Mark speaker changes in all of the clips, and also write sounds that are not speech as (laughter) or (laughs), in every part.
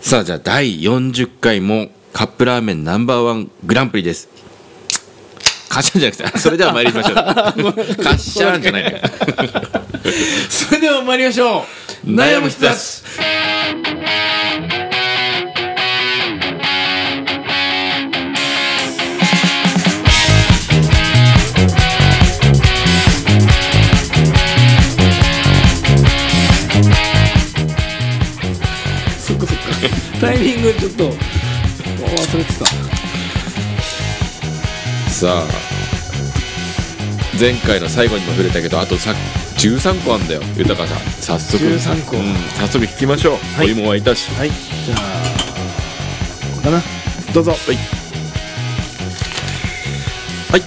Speaker 1: さあじゃあ第40回もカップラーメンナンバーワングランプリですカッシャンじゃなくてそれでは参りま (laughs) しょうカッシャンじゃない
Speaker 2: それでは参りましょう
Speaker 1: 悩む人た
Speaker 2: すそっかそっかタイミングちょっと忘れてた
Speaker 1: さあ前回の最後にも触れたけどあとさ13個あんだよ豊さん早速
Speaker 2: 13個
Speaker 1: うん早速引きましょう、
Speaker 2: はい
Speaker 1: お湯も沸いたし
Speaker 2: はいじゃあこれかなどうぞはい
Speaker 1: はい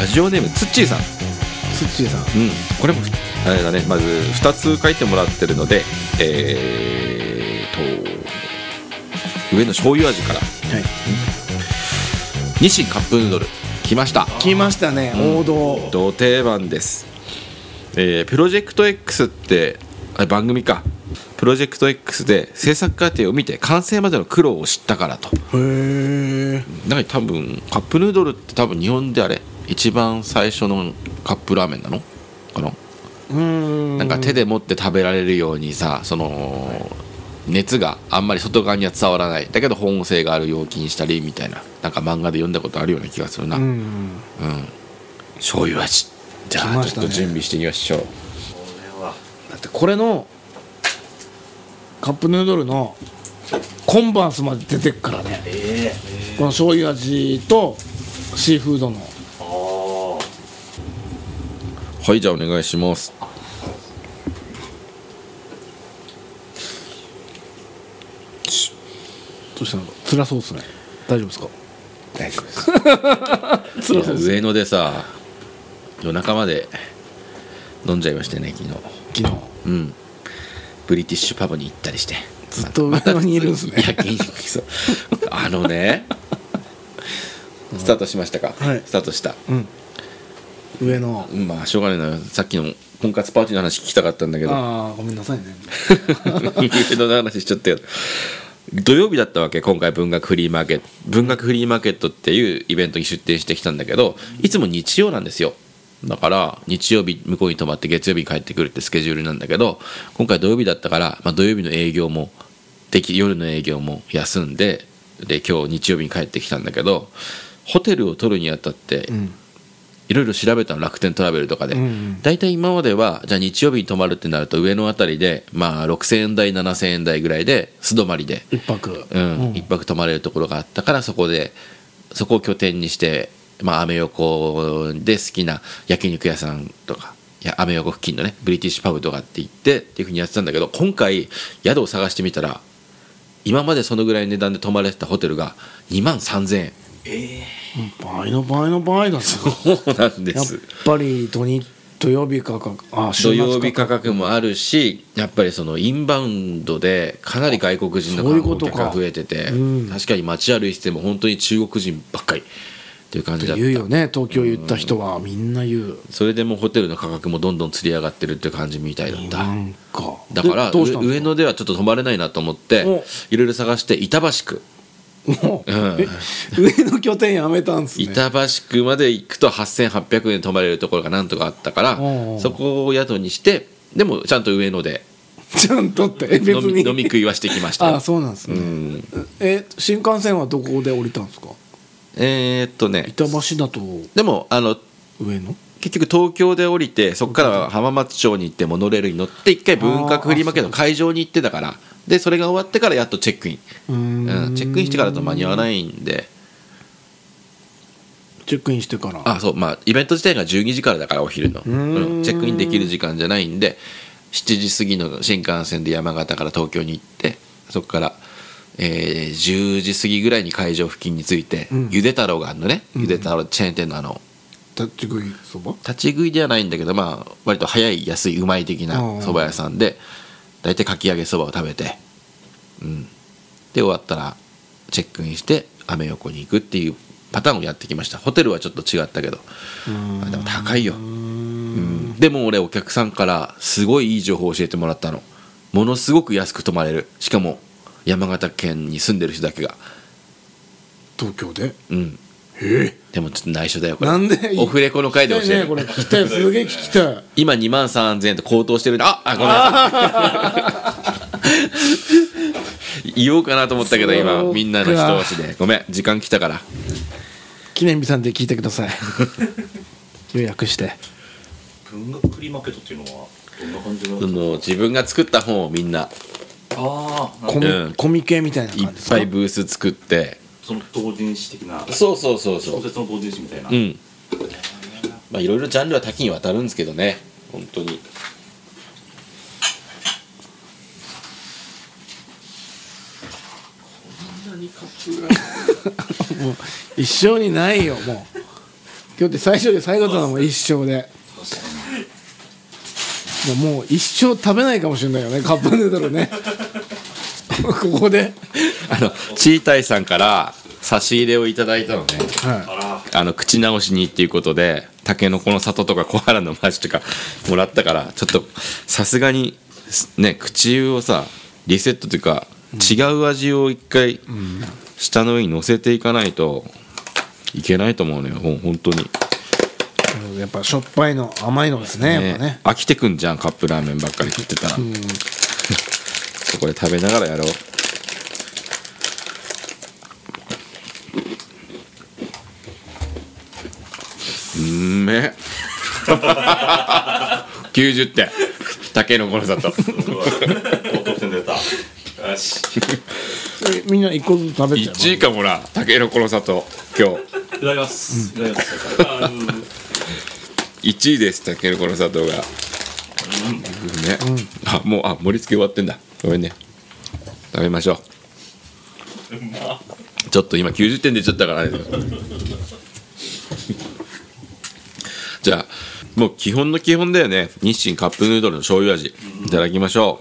Speaker 1: ラジオネームつっちーさん
Speaker 2: スッチーさん
Speaker 1: うん、これもあれだねまず2つ書いてもらってるのでえー、と上の醤油味から
Speaker 2: はい
Speaker 1: 日清カップヌードル来ました
Speaker 2: 来ましたね王道
Speaker 1: 同定番です、えープロジェクト X ってあ番組かプロジェクト X で制作過程を見て完成までの苦労を知ったからと
Speaker 2: へえ
Speaker 1: なんか多分カップヌードルって多分日本であれ一番最初のカップラーメンなのかな
Speaker 2: うん
Speaker 1: なんか手で持って食べられるようにさその熱があんまり外側には伝わらないだけど保温性がある容器にしたりみたいななんか漫画で読んだことあるような気がするな、
Speaker 2: うん
Speaker 1: 醤油味じ
Speaker 2: 来
Speaker 1: ゃあ
Speaker 2: まし
Speaker 1: ち
Speaker 2: た
Speaker 1: ょっ
Speaker 2: ね
Speaker 1: と準備してみましょう、
Speaker 2: だってこれのカップヌードルのコンバースまで出てくからね、この醤油味とシーフードの
Speaker 1: はいじゃあお願いします
Speaker 2: どうしたの辛そうですね大丈夫ですか
Speaker 1: 大丈夫です
Speaker 2: 辛そう
Speaker 1: 上野でさ夜中まで飲んじゃいましたね昨日
Speaker 2: 昨日
Speaker 1: うんブリティッシュパブに行ったりして
Speaker 2: ずっと上野にいるんですね
Speaker 1: いや現にそうあのねスタートしましたか、
Speaker 2: はい
Speaker 1: スタートした
Speaker 2: (laughs) うん上の
Speaker 1: まあしょうがないなさっきの婚活パーティーの話聞きたかったんだけど
Speaker 2: ああごめんなさいね
Speaker 1: 上野の話しちゃったよ (laughs) 土曜日だったわけ今回文学フリーマーケット文学フリーマーケットっていうイベントに出店してきたんだけどいつも日曜なんですよだから日曜日向こうに泊まって月曜日に帰ってくるってスケジュールなんだけど今回土曜日だったから、まあ、土曜日の営業もでき夜の営業も休んでで今日日曜日に帰ってきたんだけどホテルを取るにあたって
Speaker 2: うん
Speaker 1: いろいろ調べたの楽天トラベルとかで、
Speaker 2: うんうん
Speaker 1: 大体今まではじゃあ日曜日に泊まるってなると上のあたりで、まあ、6000円台7000円台ぐらいで素泊まりで、
Speaker 2: 一泊
Speaker 1: うん
Speaker 2: うん
Speaker 1: 一泊泊まれるところがあったからそこでそこを拠点にして、まあ、アメ横で好きな焼肉屋さんとかいやアメ横付近のねブリティッシュパブとかって行ってっていうふうにやってたんだけど今回宿を探してみたら今までそのぐらいの値段で泊まれてたホテルが2万3000円
Speaker 2: 倍の倍の倍だね
Speaker 1: そうなんで
Speaker 2: やっ
Speaker 1: す
Speaker 2: ぱり土日土曜日価格あー
Speaker 1: 土
Speaker 2: 週末
Speaker 1: 曜日価格もあるしやっぱりそのインバウンドでかなり外国人の
Speaker 2: そういう
Speaker 1: 観
Speaker 2: こ
Speaker 1: 光
Speaker 2: とか
Speaker 1: 客が増えてて
Speaker 2: うん
Speaker 1: 確かに街歩いてても本当に中国人ばっかりっていう感じだっ
Speaker 2: 言う
Speaker 1: た
Speaker 2: よね東京言った人はみんな言う
Speaker 1: それでもうホテルの価格もどんどん釣り上がってるって感じみたいだった
Speaker 2: なんか
Speaker 1: だから
Speaker 2: でどうしたん
Speaker 1: 上上
Speaker 2: で
Speaker 1: 野ではちょっと泊まれないなと思って
Speaker 2: お
Speaker 1: いろいろ探して板橋区
Speaker 2: す (laughs) かもう
Speaker 1: うん
Speaker 2: え上の拠点やめたんですね
Speaker 1: 板橋区まで行くと8800円泊まれるところがなんとかあったから
Speaker 2: おー
Speaker 1: そこを宿にしてでもちゃんと上野で
Speaker 2: ちゃんとってえ別
Speaker 1: 飲み
Speaker 2: に
Speaker 1: 飲み食いはしてきましたよ
Speaker 2: ああそうなんですね、
Speaker 1: うん
Speaker 2: え新幹線はどこで降りたんですか
Speaker 1: えーっとね
Speaker 2: 板橋だと
Speaker 1: でもあの
Speaker 2: 上の
Speaker 1: 結局東京で降りてそこから浜松町に行ってモノレールに乗って一回文化フリーマーケットの会場に行ってたからでそれが終わってからやっとチェックイン、
Speaker 2: うー
Speaker 1: うんん、チェックインしてからだと間に合わないんで
Speaker 2: チェックインしてから
Speaker 1: あそうまあイベント自体が12時からだからお昼の、
Speaker 2: ん
Speaker 1: うんチェックインできる時間じゃないんで7時過ぎの新幹線で山形から東京に行ってそこから、えー10時過ぎぐらいに会場付近に着いて、
Speaker 2: うん
Speaker 1: ゆで太郎があるのねゆで太郎チェーン店のあの、
Speaker 2: 立ち食いそば
Speaker 1: 立ち食いではないんだけどまあ割と早い安いうまい的な
Speaker 2: うん
Speaker 1: 蕎麦屋さんで大体かき揚げそばを食べてうんで終わったらチェックインしてアメ横に行くっていうパターンをやってきましたホテルはちょっと違ったけどあでも高いようんでも俺お客さんからすごいいい情報を教えてもらったのものすごく安く泊まれるしかも山形県に住んでる人だけが
Speaker 2: 東京で
Speaker 1: うん
Speaker 2: え
Speaker 1: でもちょっと内緒だよこれ
Speaker 2: なんで
Speaker 1: オフレコの回で教
Speaker 2: 聞きたい
Speaker 1: え
Speaker 2: ねこれ
Speaker 1: る
Speaker 2: 聞きたいすげえ聞きたい
Speaker 1: 今2万3000円と高騰してるんでああごめんなさ
Speaker 2: (laughs)
Speaker 1: い言おうかなと思ったけど今
Speaker 2: そうか
Speaker 1: みんなの一押しでごめん時間来たから
Speaker 2: 記念日さんで聞いてください予約して
Speaker 3: 文学フリーマーケットっていうのはどんな感じの
Speaker 1: その自分が作った本をみんな
Speaker 3: ああ
Speaker 2: コミ,、
Speaker 1: うん
Speaker 2: コミケみたいない
Speaker 1: っ
Speaker 2: 感じですか
Speaker 1: ぱいブース作って
Speaker 3: その同人誌的な
Speaker 1: そうそうそうそ
Speaker 3: 小
Speaker 1: う
Speaker 3: 説の同人誌みたいな、
Speaker 1: うんまあいろいろジャンルは多岐にわたるんですけどね本当に
Speaker 2: もう一生にないよもう今日って最初で最後だったのもう一生でもうもう一生食べないかもしれないよねカップヌードルね (laughs) ここで、
Speaker 1: あのチータイさんから差し入れをいただいたのね
Speaker 2: は
Speaker 3: あら
Speaker 1: あの口直しにっていうことでたけのこの里とか小原の町とかもらったからちょっとさすがにね口をさリセットというか違う味を一回下の上に乗せていかないといけないと思うのよほん本当に、
Speaker 2: い、やっぱしょっぱいの甘いのですねやっぱ
Speaker 1: ね
Speaker 2: ね、
Speaker 1: 飽きてくんじゃんカップラーメンばっかり食ってたら、
Speaker 2: うん、
Speaker 1: (laughs) そこで食べながらやろううん (laughs) め90点たけのこの里
Speaker 3: すごい高得点出たよしい
Speaker 2: えみんな一個ずつ食べちゃう
Speaker 1: 1位かもなたけのこの里今
Speaker 3: ただきます、いただきますあーうん
Speaker 1: 日1位ですたけのこの里が、ね、あもうあ盛り付け終わってんだごめんね食べましょうちょっと今90点出ちゃったからね (laughs) じゃあもう基本の基本だよね日清カップヌードルの醤油味いただきましょ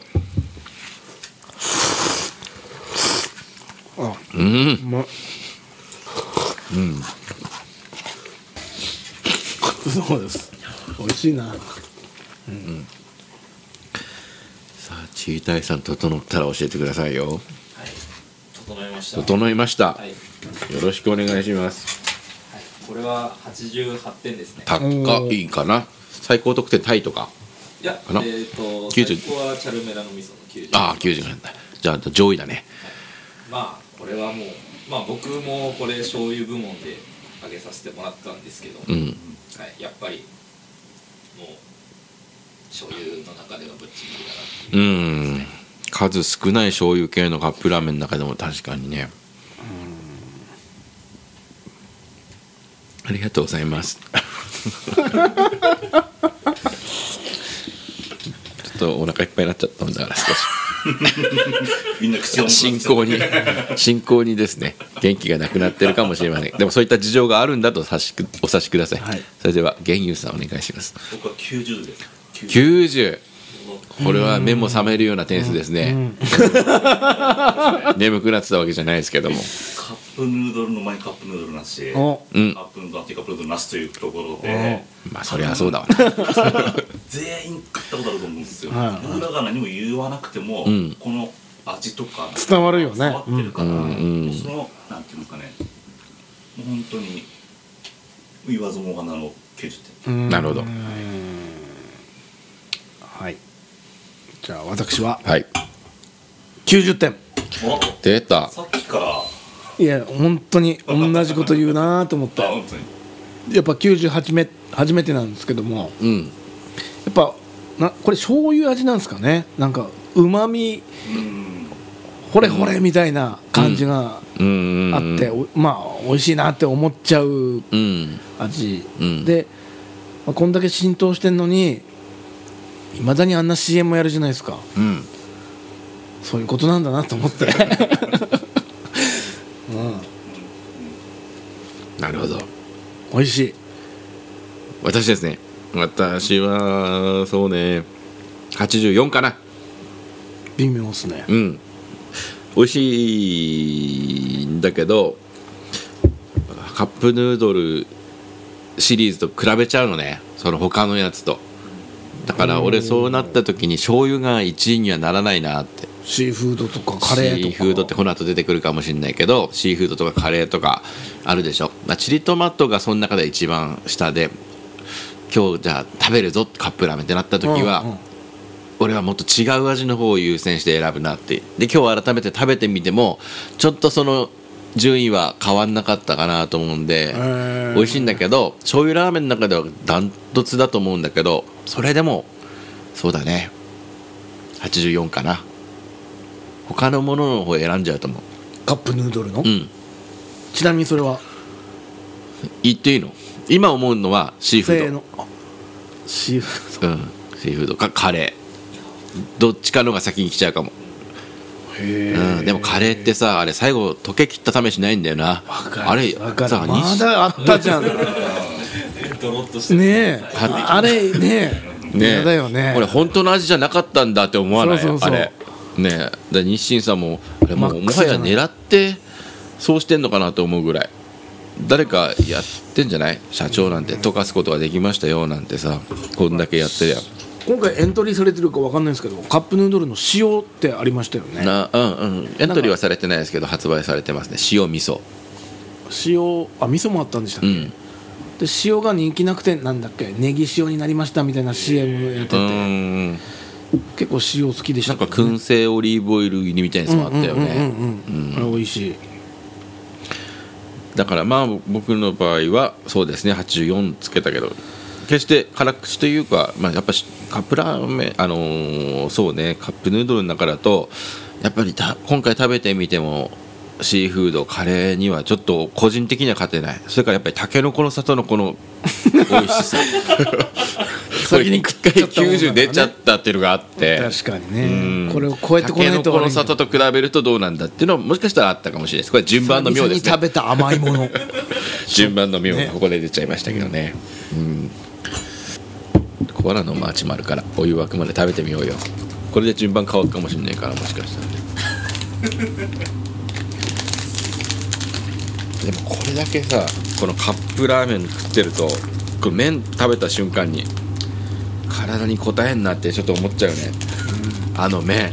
Speaker 2: あ
Speaker 1: ううん
Speaker 2: うまうんそうです美味しいな
Speaker 1: さあチータイさん整ったら教えてくださいよ
Speaker 3: はい整えました
Speaker 1: 整いました、
Speaker 4: はい、はい、
Speaker 1: よろしくお願いします
Speaker 4: これは88点ですね
Speaker 1: 高いかな最高得点タイとか
Speaker 4: いや
Speaker 1: あら
Speaker 4: えっ、と
Speaker 1: 90
Speaker 4: 最高はチャルメラの味噌の90
Speaker 1: ああ90なんだじゃあ上位だね
Speaker 4: まあこれはもうまあ僕もこれ醤油部門で上げさせてもらったんですけど、
Speaker 1: うん
Speaker 4: はい、やっぱりもう醤油の中ではぶっちぎりだなっていう
Speaker 1: うん数少ない醤油系のカップラーメンの中でも確かにねありがとうございます
Speaker 2: (laughs)
Speaker 1: ちょっとお腹いっぱいになっちゃったんだから少し
Speaker 3: みんな口を
Speaker 1: 進行に進行にですね元気がなくなってるかもしれませんでもそういった事情があるんだと察しくお察しください、
Speaker 2: はい
Speaker 1: それでは源優さんお願いします
Speaker 3: 僕は90です90
Speaker 1: 90これは目も覚めるような点数ですね、眠くなってたわけじゃないですけども
Speaker 3: カップヌードルの前にカップヌードルなしカ
Speaker 2: お
Speaker 1: うん
Speaker 3: ップヌードルアンティカップヌードルなしというところで
Speaker 1: まあそりゃそうだわな
Speaker 3: 全員食ったことあると思うんですよ
Speaker 2: はい
Speaker 3: 僕らが何も言わなくても
Speaker 1: うん
Speaker 3: この味とか
Speaker 2: 伝わるよね
Speaker 3: 伝わってるから
Speaker 1: うんうん
Speaker 3: もうそのなんていうのかねもう本当に言わずもがなの90
Speaker 2: うん
Speaker 1: なるほど
Speaker 2: はいじゃあ私は
Speaker 1: はい
Speaker 2: 90点
Speaker 3: 点あ
Speaker 1: 出た
Speaker 3: さっきからあ
Speaker 2: いや本当に同じこと言うなーと思った
Speaker 3: 本当に
Speaker 2: やっぱ98め初めてなんですけども
Speaker 1: うん
Speaker 2: やっぱなこれ醤油味なんですかねなんかうまみ
Speaker 3: うん
Speaker 2: ほれほれみたいな感じが
Speaker 1: うんうん
Speaker 2: あって、おまあ美味しいなって思っちゃう
Speaker 1: うん
Speaker 2: 味、
Speaker 1: うん
Speaker 2: で、まあ、こんだけ浸透してんのにいまだにあんな CM もやるじゃないですか
Speaker 1: うん
Speaker 2: そういうことなんだなと思って
Speaker 1: (laughs)
Speaker 2: うん
Speaker 1: なるほど
Speaker 2: 美味しい
Speaker 1: 私ですね私はそうね84かな
Speaker 2: 微妙ですね
Speaker 1: うん美味しいんだけどカップヌードルシリーズと比べちゃうのねその他のやつとだから俺そうなった時に醤油が1位にはならないなって
Speaker 2: シーフードとかカレーとか
Speaker 1: シーフードってこの後出てくるかもしれないけどシーフードとかカレーとかあるでしょ、まあ、チリトマトがその中で一番下で今日じゃあ食べるぞカップラーメンってなった時は、
Speaker 2: うんうん
Speaker 1: 俺はもっと違う味の方を優先して選ぶなってで今日改めて食べてみてもちょっとその順位は変わんなかったかなと思うんで、
Speaker 2: ー
Speaker 1: 美味しいんだけど醤油ラーメンの中ではダントツだと思うんだけどそれでもそうだね84かな他のものの方選んじゃうと思
Speaker 2: カップヌードルの、
Speaker 1: ううん
Speaker 2: ちなみにそれは
Speaker 1: 言っていいの今思うのはシーフ
Speaker 2: せー
Speaker 1: ー
Speaker 2: のあシーフー
Speaker 1: ドうんシーフードかカレーどっちかのが先に来ちゃうかも、
Speaker 2: ドへ
Speaker 1: うん、でもカレーってさあれ最後溶け切ったためしないんだよなあれ
Speaker 2: わか
Speaker 1: さ
Speaker 2: るまだあったじゃん
Speaker 1: (laughs)
Speaker 2: ね
Speaker 4: ドロッとして
Speaker 2: えあれねえ
Speaker 1: ね
Speaker 2: 嫌だよね
Speaker 1: これ本当の味じゃなかったんだって思わない
Speaker 2: そうそうそう
Speaker 1: あれねえだから日清さんもあれもう
Speaker 2: マッ
Speaker 1: も
Speaker 2: クス
Speaker 1: は
Speaker 2: じゃな
Speaker 1: や
Speaker 2: い
Speaker 1: 狙ってそうしてんのかなと思うぐらい誰かやってんじゃない社長なんて溶かすことができましたよなんてさこんだけやってりゃ
Speaker 2: 今回エントリーされてるかわかんないんですけどカップヌードルの塩ってありましたよね
Speaker 1: なうんうんエントリーはされてないですけど発売されてますね塩味噌
Speaker 2: 塩あ味噌もあったんでし
Speaker 1: う
Speaker 2: たっけ、
Speaker 1: ん
Speaker 2: で塩が人気なくてなんだっけネギ塩になりましたみたいな CM やって
Speaker 1: う
Speaker 2: て、
Speaker 1: ん
Speaker 2: 結構塩好きでし
Speaker 1: な
Speaker 2: た
Speaker 1: んか燻製オリーブオイル入りみたいなやつもあったよ
Speaker 2: うん
Speaker 1: ね
Speaker 2: うんうんうんあれ美味しい
Speaker 1: だからまあ僕の場合はそうですね84つけたけど決して辛口というか、まあ、やっぱしカップラーメンあのーそうねカップヌードルの中だとやっぱりた今回食べてみてもシーフードカレーにはちょっと個人的には勝てないそれからやっぱりたけのこの里のこの美味し
Speaker 2: (laughs)
Speaker 1: さ
Speaker 2: 先に食っちゃったもんだか
Speaker 1: 90
Speaker 2: らね
Speaker 1: 出ちゃったっていうのがあって
Speaker 2: 確かに
Speaker 1: うん
Speaker 2: ねこれを超えてこないと
Speaker 1: タケノコ
Speaker 2: 悪
Speaker 1: の
Speaker 2: いんだよ
Speaker 1: 里と比べるとどうなんだっていうのはもしかしたらあったかもしれないですこれ順番の妙です
Speaker 2: 久々に
Speaker 1: ね
Speaker 2: 食べた甘いも
Speaker 1: (laughs)
Speaker 2: の
Speaker 1: 順番の妙
Speaker 2: ね
Speaker 1: がここで出ちゃいましたけどねうんコアラのマーチもあるからお湯沸くまで食べてみようよこれで順番変わるかもしれないからもしかしたら (laughs) でもこれだけさこのカップラーメン食ってるとこれ麺食べた瞬間に体に応えんなってちょっと思っちゃうねあの麺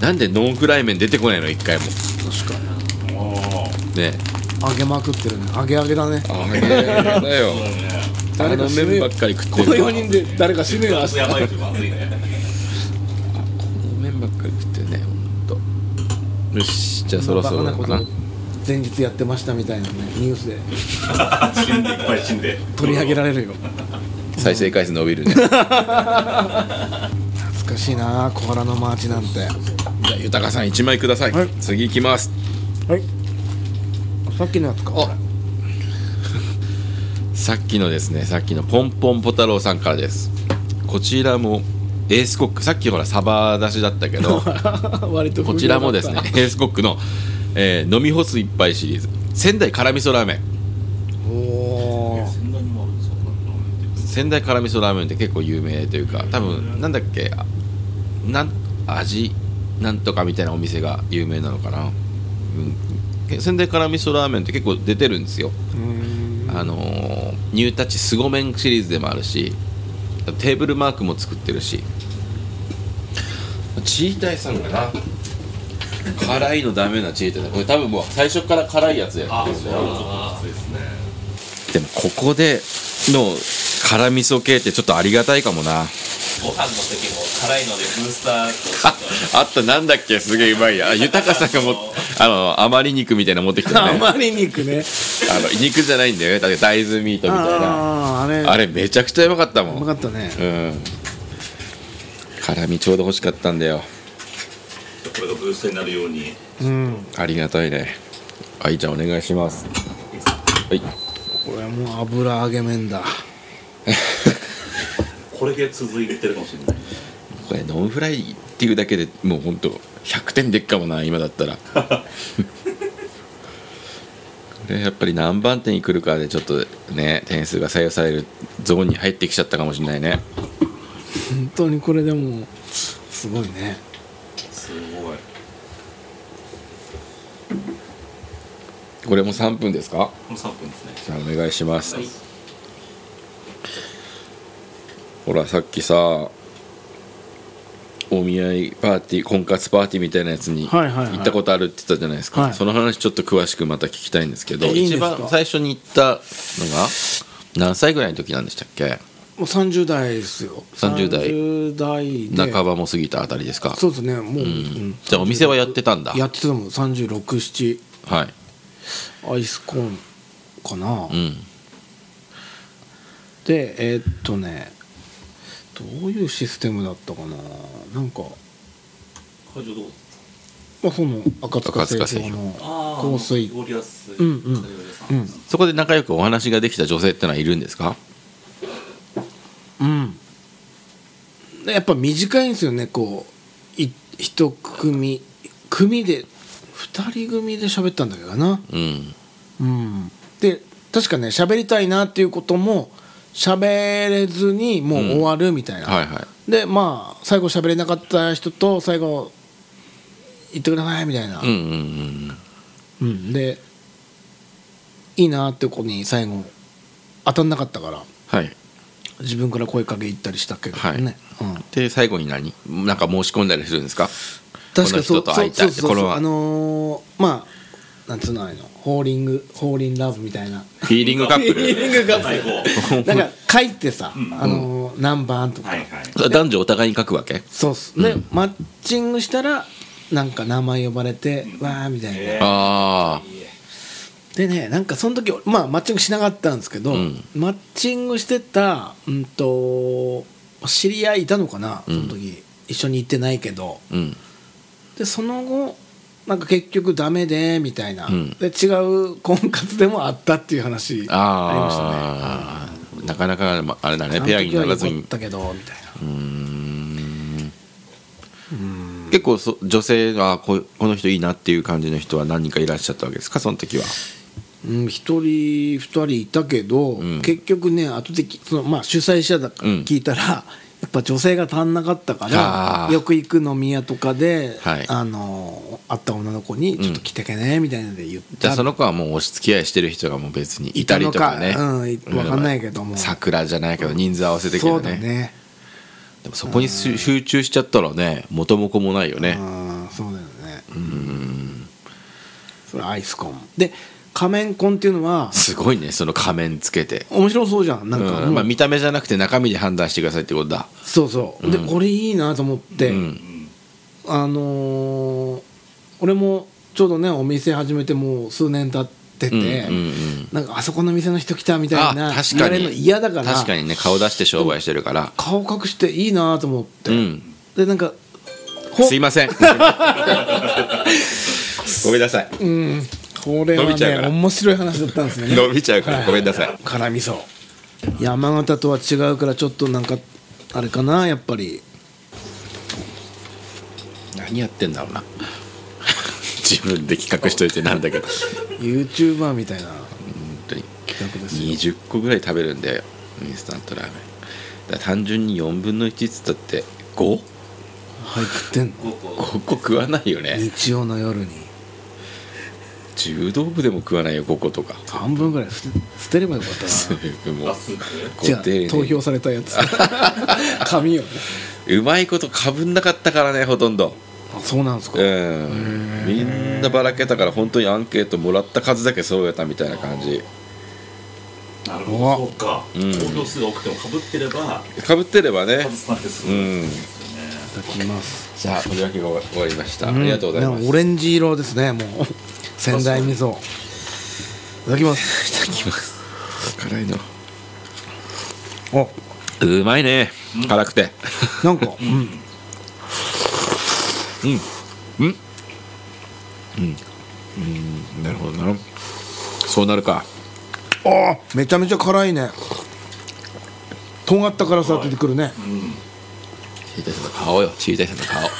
Speaker 1: なんでノンフライ麺出てこないの一回も
Speaker 2: 確かに
Speaker 1: ね
Speaker 2: 揚げまくってるね揚げ揚げだね
Speaker 1: あれだよあの麺ばっかり食ってる
Speaker 2: この4人で誰か死ぬ
Speaker 1: (laughs)
Speaker 2: よ明日
Speaker 3: やばいとまずいね
Speaker 1: 麺ばっかり食ってるねほんとよしじゃあそろそろだ
Speaker 2: バ
Speaker 1: か
Speaker 2: カな
Speaker 1: な
Speaker 2: こと前日やってましたみたいなねニュースで
Speaker 3: 死んでいっぱい死んで
Speaker 2: 取り上げられるよ
Speaker 1: 再生回数伸び (laughs) るね
Speaker 2: 懐かしいな小腹のマーチなんて
Speaker 1: じゃあ豊さん1枚ください、
Speaker 2: はい
Speaker 1: 次いきます
Speaker 2: はいさっきのやつかこれ
Speaker 1: さっきのですねさっきのポンポンポ太郎さんからですこちらもエースコックさっきほらサバ出しだったけ (laughs) ど
Speaker 2: 割と
Speaker 1: こちらもですねエースコックの、えー飲み干す一杯シリーズ仙台辛味噌ラーメン
Speaker 2: おおー
Speaker 3: 仙台にもあるんですか
Speaker 1: 仙台辛味噌ラーメンって結構有名というか多分なんだっけあなん味なんとかみたいなお店が有名なのかな、うん、仙台辛味噌ラーメンって結構出てるんですよ、
Speaker 2: うーん
Speaker 1: あのーニュータッチすご麺シリーズでもあるしテーブルマークも作ってるしチータイさんかな辛いのダメなチータイさんこれ多分もう最初から辛いやつやってるんだよでもここでの辛味噌系ってちょっとありがたいかもな
Speaker 4: ご飯の時も辛いのでブースター
Speaker 1: ああったなんだっけすげえうまいやあ豊さんがもあの余り肉みたいなの持ってきたねあ
Speaker 2: り肉ね
Speaker 1: の肉じゃないんだよねだって大豆ミートみたいな
Speaker 2: あああれ
Speaker 1: あれめちゃくちゃうまかったも
Speaker 2: うま
Speaker 1: ん
Speaker 2: かったね
Speaker 1: うん辛味ちょうど欲しかったんだよ
Speaker 3: これがブースターになるように
Speaker 2: うん
Speaker 1: ありがたいね愛ちゃんお願いしますはい
Speaker 2: これはもう油揚げ麺だ
Speaker 3: これで続いてるかもしれない
Speaker 1: これノンフライっていうだけでもうほんと100点でっかもな今だ
Speaker 2: (laughs)
Speaker 1: ったらこれやっぱり何番手に来るかでちょっとね点数が左右されるゾーンに入ってきちゃったかもしれないね
Speaker 2: 本当にこれでもすごいね
Speaker 3: すごい
Speaker 1: これも3分ですか
Speaker 3: この3分ですね
Speaker 1: じゃあお願いします、ほらさっきさお見合いパーティー婚活パーティーみたいなやつに
Speaker 2: はいはいはい
Speaker 1: 行ったことあるって言ったじゃないですか、
Speaker 2: はい
Speaker 1: その話ちょっと詳しくまた聞きたいんですけど
Speaker 2: えいいんで
Speaker 1: 一
Speaker 2: すか
Speaker 1: 番最初に行ったのが何歳ぐらいの時なんでしたっけ
Speaker 2: もう30代ですよ
Speaker 1: 30代
Speaker 2: 30代で
Speaker 1: 半ばも過ぎたあたりですか
Speaker 2: そうですねもう、う
Speaker 1: うん
Speaker 2: ん
Speaker 1: じゃあお店はやってたんだ
Speaker 2: やってたもん367
Speaker 1: はい
Speaker 2: アイスコーンかな、
Speaker 1: うん
Speaker 2: でえーっとねどういうシステムだったかななんか、
Speaker 3: 会場どう
Speaker 2: まあ、その赤塚
Speaker 1: 赤塚
Speaker 2: 製
Speaker 1: 製
Speaker 2: 氷
Speaker 1: 氷
Speaker 2: の
Speaker 3: あ
Speaker 2: 香水
Speaker 3: 通りやすい
Speaker 2: うんうん
Speaker 3: 通りやすい
Speaker 2: うん
Speaker 1: そこで仲良くお話ができた女性ってのはいるんですか
Speaker 2: うんでやっぱ短いんですよねこうい一組組で2人組で喋ったんだけどな
Speaker 1: うん
Speaker 2: うんで確かね喋りたいなっていうことも喋れずにもう終わるみたいな、
Speaker 1: はいはい
Speaker 2: でまあ最後喋れなかった人と最後言ってくださいみたいな、
Speaker 1: うんうんうん
Speaker 2: うんでいいなって子に最後当たんなかったから
Speaker 1: はい
Speaker 2: 自分から声かけ行ったりしたけどね、うん、
Speaker 1: で最後に何なんか申し込んだりするんですか
Speaker 2: 確かにそう
Speaker 1: この人と会いたい
Speaker 2: そうそうそう
Speaker 1: こ
Speaker 2: そう
Speaker 1: の
Speaker 2: あのーまあなんつうのああいうのホーリングホーリンラブみたいな
Speaker 1: フィーリングカップル
Speaker 3: 最後
Speaker 2: なんか書いてさ、
Speaker 3: うん
Speaker 2: あのー何番とか、
Speaker 3: はいはい
Speaker 1: それは男女お互いに書くわけ
Speaker 2: そうっすで、マッチングしたらなんか名前呼ばれて、
Speaker 3: うん
Speaker 2: わーみたいな、
Speaker 3: え
Speaker 1: ああ
Speaker 2: でねなんかその時、まあ、マッチングしなかったんですけど、
Speaker 1: うん
Speaker 2: マッチングしてた、うん、と知り合いいたのかなその時、一緒に行ってないけど
Speaker 1: うん
Speaker 2: でその後なんか結局ダメでみたいな、
Speaker 1: うん
Speaker 2: で違う婚活でもあったっていう話ありましたね
Speaker 1: ああなかなかまあれだね
Speaker 2: うん
Speaker 1: ペアにならず
Speaker 2: あの時は良
Speaker 1: に
Speaker 2: かったけどみたいな
Speaker 1: うーん結構そ女性がここの人いいなっていう感じの人は何人かいらっしゃったわけですかその時は
Speaker 2: うん、1人2人いたけど、
Speaker 1: うん
Speaker 2: 結局ね後できその、まあ、主催者だから
Speaker 1: うん
Speaker 2: 聞いたら、やっぱ女性が足んなかったか
Speaker 1: あ
Speaker 2: ら
Speaker 1: ー
Speaker 2: よく行く飲み屋とかで、
Speaker 1: はい
Speaker 2: あの会った女の子に「ちょっと来てけね」みたいなので言った、
Speaker 1: じゃあその子はもうお付き合いしてる人がもう別にいたりとかね
Speaker 2: いたのかうんいわかんないけども
Speaker 1: 桜じゃないけど人数合わせてけ
Speaker 2: そ
Speaker 1: ど
Speaker 2: うだ
Speaker 1: ね
Speaker 2: ね
Speaker 1: でもそこに集集中しちゃったらね元も子もないよね
Speaker 2: うんそうだよねそれアイスコンで仮面コンっていうのは
Speaker 1: すごいねその仮面つけて、
Speaker 2: 面白そうじゃんなんかもう、
Speaker 1: うんまあ、見た目じゃなくて中身で判断してくださいってことだ
Speaker 2: そうそう、でこれいいなと思って、
Speaker 1: うん
Speaker 3: うん
Speaker 2: あのー俺もちょうどねお店始めてもう数年経って
Speaker 1: うんうん
Speaker 2: て、
Speaker 1: うん
Speaker 2: なんかあそこの店の人来たみたいな
Speaker 1: あ
Speaker 2: 言われるの嫌だから
Speaker 1: 確かにね顔出して商売してるから
Speaker 2: 顔隠していいなと思って、
Speaker 1: うん
Speaker 2: でなんかほ
Speaker 1: すいませ
Speaker 2: (laughs)
Speaker 1: んごめんなさい
Speaker 2: うんこれは
Speaker 1: 伸びちゃうか
Speaker 2: ね
Speaker 1: ら
Speaker 2: 面白い話だったんですよね
Speaker 1: 伸びちゃうからごめんなさい
Speaker 2: 辛味噌山形とは違うからちょっとなんかあれかなやっぱり
Speaker 1: 何やってんだろうな自分で企画しといてなんだけど本
Speaker 2: YouTuber みたいな
Speaker 1: 当に
Speaker 2: 企画ですよ
Speaker 1: 20個ぐらい食べるんだよインスタントラーメンだから単純に4分の1っつったって 5?5
Speaker 2: はい食ってんの
Speaker 4: 5
Speaker 1: 個
Speaker 4: 個
Speaker 1: 食わないよね
Speaker 2: 日曜の夜に
Speaker 1: 柔道部でも食わないよ5個とか
Speaker 2: 半分ぐらい捨て捨てればよ
Speaker 1: (laughs)
Speaker 2: かったな
Speaker 1: もう
Speaker 3: ガスって
Speaker 2: じゃあ
Speaker 1: ご丁寧に
Speaker 2: 投票された
Speaker 1: (laughs)
Speaker 2: やつ紙をね
Speaker 1: うまいことかぶんなかったからねほとんど
Speaker 2: あそうなんですか、
Speaker 1: うんみんなばらけたから本当にアンケートもらった数だけ揃えたみたいな感じ
Speaker 3: なるほ
Speaker 2: う
Speaker 3: どそうか
Speaker 1: うん
Speaker 3: 投票数が多くてもかぶってれば
Speaker 1: かぶってればね
Speaker 3: 外さないです
Speaker 1: う
Speaker 3: る
Speaker 1: ん
Speaker 2: いただきます
Speaker 1: じゃあ取り分けが終わりました、ありがとうございま
Speaker 2: ん
Speaker 1: す
Speaker 2: なんかオレンジ色ですねも
Speaker 1: (laughs)
Speaker 2: う仙台味噌いただきます
Speaker 1: いただきます辛いの
Speaker 2: あ
Speaker 1: うまいね辛くて
Speaker 2: な
Speaker 1: (laughs)
Speaker 2: んか、うん、
Speaker 1: うんうんうん (laughs) なるほどなそうなるか
Speaker 2: あーめちゃめちゃ辛いね尖った辛さ出てくるね、
Speaker 1: ちいたいさんの顔よちいたいさんの顔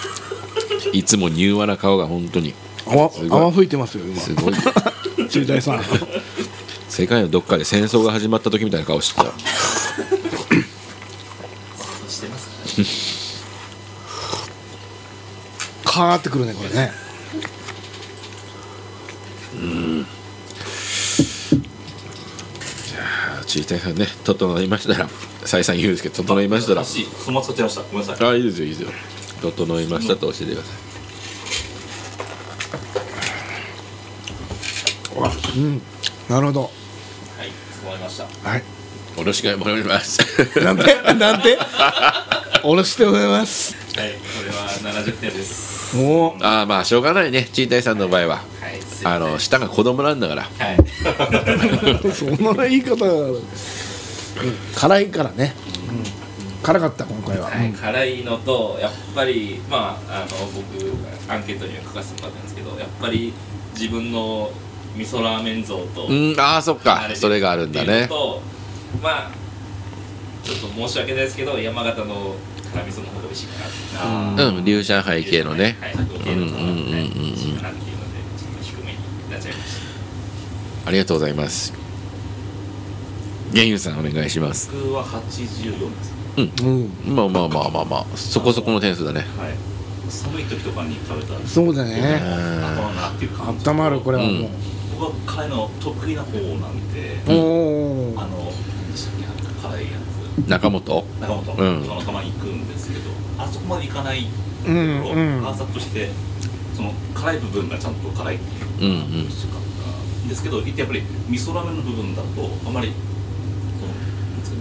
Speaker 1: いつも柔和な顔が本当に
Speaker 2: 泡
Speaker 1: すごい
Speaker 2: 泡吹いてますよ
Speaker 1: す
Speaker 2: 今
Speaker 1: ごい
Speaker 2: 中
Speaker 1: (laughs)
Speaker 2: 大さん
Speaker 1: 世界のどっかで戦争が始まった時みたいな顔してた
Speaker 4: してますか
Speaker 2: カーってくるねこれね
Speaker 1: あー知りたいのね整いましたら再三言うんですけど整いましたら
Speaker 3: 足そのまま使っちゃいましたごめんなさい
Speaker 1: あいいですよいいですよ整いましたと教えてくださ
Speaker 2: うんなるほど
Speaker 4: はい捕まりました
Speaker 1: (laughs)
Speaker 2: はい
Speaker 1: いおろしがもらいます
Speaker 2: なんてな
Speaker 1: (laughs)
Speaker 2: んておろしてもらいます
Speaker 4: はいこれは70点です
Speaker 2: もう
Speaker 1: ああまあしょうがないね賃貸さんの場合は
Speaker 4: はいすいま
Speaker 1: あの下が子供なんだから
Speaker 4: せんはい
Speaker 2: そんな言い方がある、うん辛いからね、辛かった今回は、
Speaker 4: はい、辛いのとやっぱりまああの僕アンケートには書かせてもらったんですけどやっぱり自分の味噌ラーメン像と
Speaker 1: うんああそっ
Speaker 4: 慣
Speaker 1: か
Speaker 4: れてる
Speaker 1: それがあるんだ
Speaker 4: っていうの
Speaker 1: ね
Speaker 4: とまあちょっと申し訳ないですけど山形の辛味噌の方が美味しいかなって
Speaker 1: うん龍上海系のね
Speaker 4: はい、系
Speaker 1: うんうん
Speaker 4: の
Speaker 1: うんうん
Speaker 4: がはい美味しいかなっていうのでちょっと低めになっちゃいました
Speaker 1: ありがとうございます玄友さんお願いします
Speaker 3: 僕は84です
Speaker 2: うん
Speaker 1: まあまあまあまあまあそこそこの点数だね
Speaker 3: はい寒い時とかに食べたら
Speaker 2: そうだね
Speaker 3: 温まるなっていう感じ
Speaker 2: 温まるこれはも
Speaker 3: 僕は辛いの得意な方なんで
Speaker 2: う、お
Speaker 3: あ
Speaker 2: ー
Speaker 3: の何でしたっけあの辛いやつ
Speaker 1: 中本
Speaker 3: 中本
Speaker 1: うん
Speaker 3: そのたまに行くんですけどあそこまで行かないとこ
Speaker 2: う
Speaker 3: ろ
Speaker 2: んうん
Speaker 3: 観察としてその辛い部分がちゃんと辛い
Speaker 1: うんうん
Speaker 3: 美味しかったんですけどやっぱり味噌ラーメンの部分だとあまり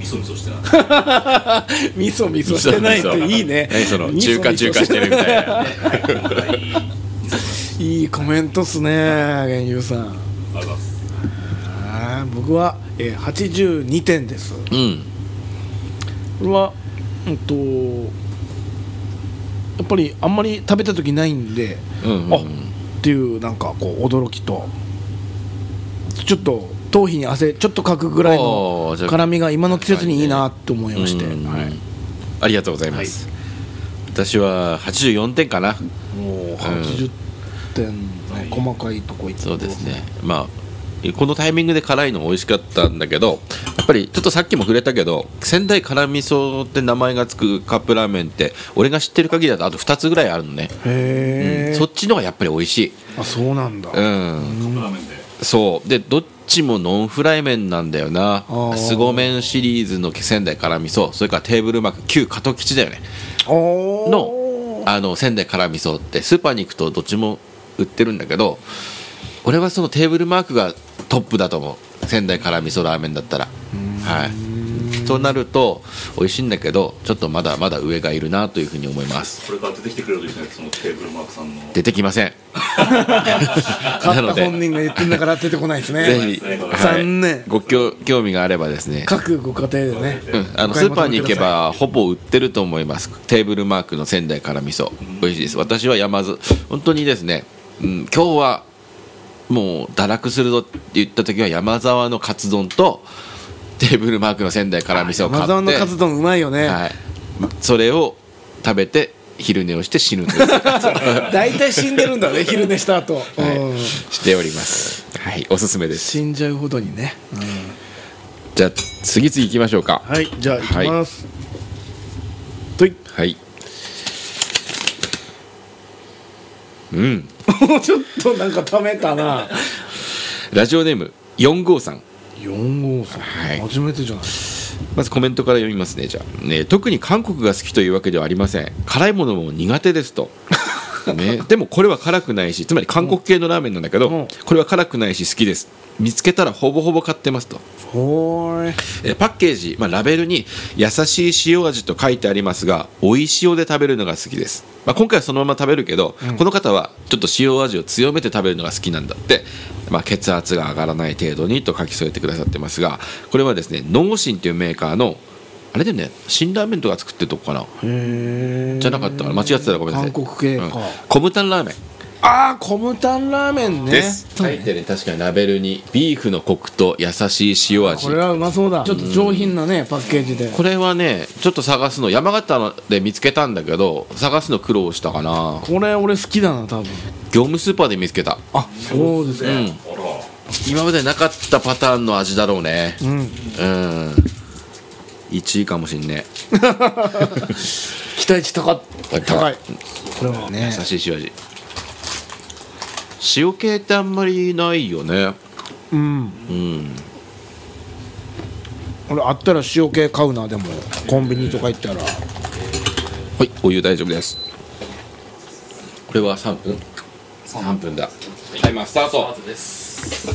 Speaker 3: そのなんですか味噌味噌してな
Speaker 2: 味噌味噌し
Speaker 3: くて
Speaker 2: てないっていいね
Speaker 1: 何その
Speaker 2: 味
Speaker 1: 中
Speaker 2: 噌
Speaker 1: 華
Speaker 2: 味
Speaker 1: 中
Speaker 2: 噌
Speaker 1: 華してるみたいな
Speaker 2: (laughs)
Speaker 1: ね
Speaker 3: 辛い味噌
Speaker 2: いいコメントっすね源友さん
Speaker 3: があります
Speaker 2: あー僕は、えー、82点ですこ
Speaker 1: うん
Speaker 2: れはうんとやっぱりあんまり食べた時ないんで、
Speaker 1: うんうん
Speaker 2: あっていうなんかこう驚きとちょっと頭皮に汗ちょっとかくぐらい
Speaker 1: お
Speaker 2: の
Speaker 1: ーじゃあ
Speaker 2: 辛みが今の季節にいいなと思いまして、
Speaker 1: うん
Speaker 2: はい、
Speaker 1: ありがとうございます、私は84点かな
Speaker 2: もう80点の細かいとこいって
Speaker 1: そうですねまあこのタイミングで辛いの美味しかったんだけどやっぱりちょっとさっきも触れたけど仙台辛味噌って名前がつくカップラーメンって俺が知ってる限りだとあと2つぐらいあるのね、
Speaker 2: へえ、
Speaker 1: そっちの方がやっぱり美味しい
Speaker 2: あそうなんだ、
Speaker 1: うん
Speaker 3: カップラーメンで
Speaker 1: そうでどっちもノンフライ麺なんだよな
Speaker 2: ー
Speaker 1: 凄麺シリーズの仙台辛味噌それからテーブルマーク旧加藤吉だよね
Speaker 2: おー
Speaker 1: のあの仙台辛味噌ってスーパーに行くとどっちも売ってるんだけど俺はそのテーブルマークがトップだと思う仙台辛味噌ラーメンだったらはいとなると美味しいんだけどちょっとまだまだ上がいるなというふうに思います
Speaker 3: これから出てきてくれるといいですねそのテーブルマークさんの
Speaker 1: 出てきません (laughs) な
Speaker 2: 勝
Speaker 1: の
Speaker 2: った本
Speaker 1: で
Speaker 2: 人が言ってんだから出てこないで
Speaker 1: (laughs) ぜ
Speaker 2: すね
Speaker 1: ひ、
Speaker 2: 残念
Speaker 1: ご興興味があればですね
Speaker 2: 各ご家庭でね
Speaker 1: うん、あの
Speaker 2: お
Speaker 1: ス
Speaker 2: 買い
Speaker 1: ーパーに
Speaker 2: 求め
Speaker 1: 行け
Speaker 2: ください
Speaker 1: ばほぼ売ってると思いますテーブルマークの仙台辛味噌美味しいです私は山津本当にですね、うん、今日はもう堕落するぞって言った時は山沢のカツ丼とテーブルマークの仙台辛味噌を買
Speaker 2: マザーのカ
Speaker 1: っ
Speaker 2: ツ
Speaker 1: て
Speaker 2: 丼うまいよね、
Speaker 1: はい、それを食べて昼寝をして死ぬんですは
Speaker 2: 大体死んでるんだね昼寝した後、うん
Speaker 1: い、しておりますはいおすすめです
Speaker 2: 死んじゃうほどにね、
Speaker 1: じゃあ次々行きましょうか
Speaker 2: はいじゃあいきます、とい (laughs)
Speaker 1: はいうん
Speaker 2: ちょっとなんかためたな
Speaker 1: ラジオネーム4号さん
Speaker 2: 4号さん、
Speaker 1: はい
Speaker 2: 初めてじゃない
Speaker 1: まずコメントから読みますねじゃあ、ね、特に韓国が好きというわけではありません辛いものも苦手ですと、ね、 (laughs) でもこれは辛くないしつまり韓国系のラーメンなんだけど、
Speaker 2: うん
Speaker 1: これは辛くないし好きです見つけたらほぼほぼ買ってますと
Speaker 2: ほーい
Speaker 1: えーパッケージ、まあ、ラベルに「優しい塩味」と書いてありますが追い塩で食べるのが好きです、まあ、今回はそのまま食べるけど、この方はちょっと塩味を強めて食べるのが好きなんだって、まあ、血圧が上がらない程度にと書き添えてくださってますがこれはですね農心というメーカーのあれだよね辛ラーメンとか作ってるとこかな
Speaker 2: へー
Speaker 1: じゃなかったかな間違ってたらごめんなさい
Speaker 2: 韓国系か
Speaker 1: うんコムタンラーメン
Speaker 2: ああコムタンラーメンね
Speaker 1: です、
Speaker 2: そう
Speaker 1: 書
Speaker 2: ね
Speaker 1: いてるね確かにラベルにビーフのコクと優しい塩味
Speaker 2: これはうまそうだちょっと上品なねパッケージで
Speaker 1: これはねちょっと探すの山形で見つけたんだけど探すの苦労したかな
Speaker 2: これ俺好きだな多分
Speaker 1: 業務スーパーで見つけた
Speaker 2: あそうですね
Speaker 3: あら
Speaker 1: 今までなかったパターンの味だろうね
Speaker 2: うん
Speaker 1: うん1位かもしんね
Speaker 2: 期待値高っ
Speaker 1: 高い
Speaker 2: 高いこれはね
Speaker 1: 優しい塩味塩系ってあんまりないよね
Speaker 2: うん
Speaker 1: うん
Speaker 2: 俺あったら塩系買うなでもコンビニとか行ったら
Speaker 1: はいお湯大丈夫ですこれは3分3分だタイマースタート
Speaker 4: ートです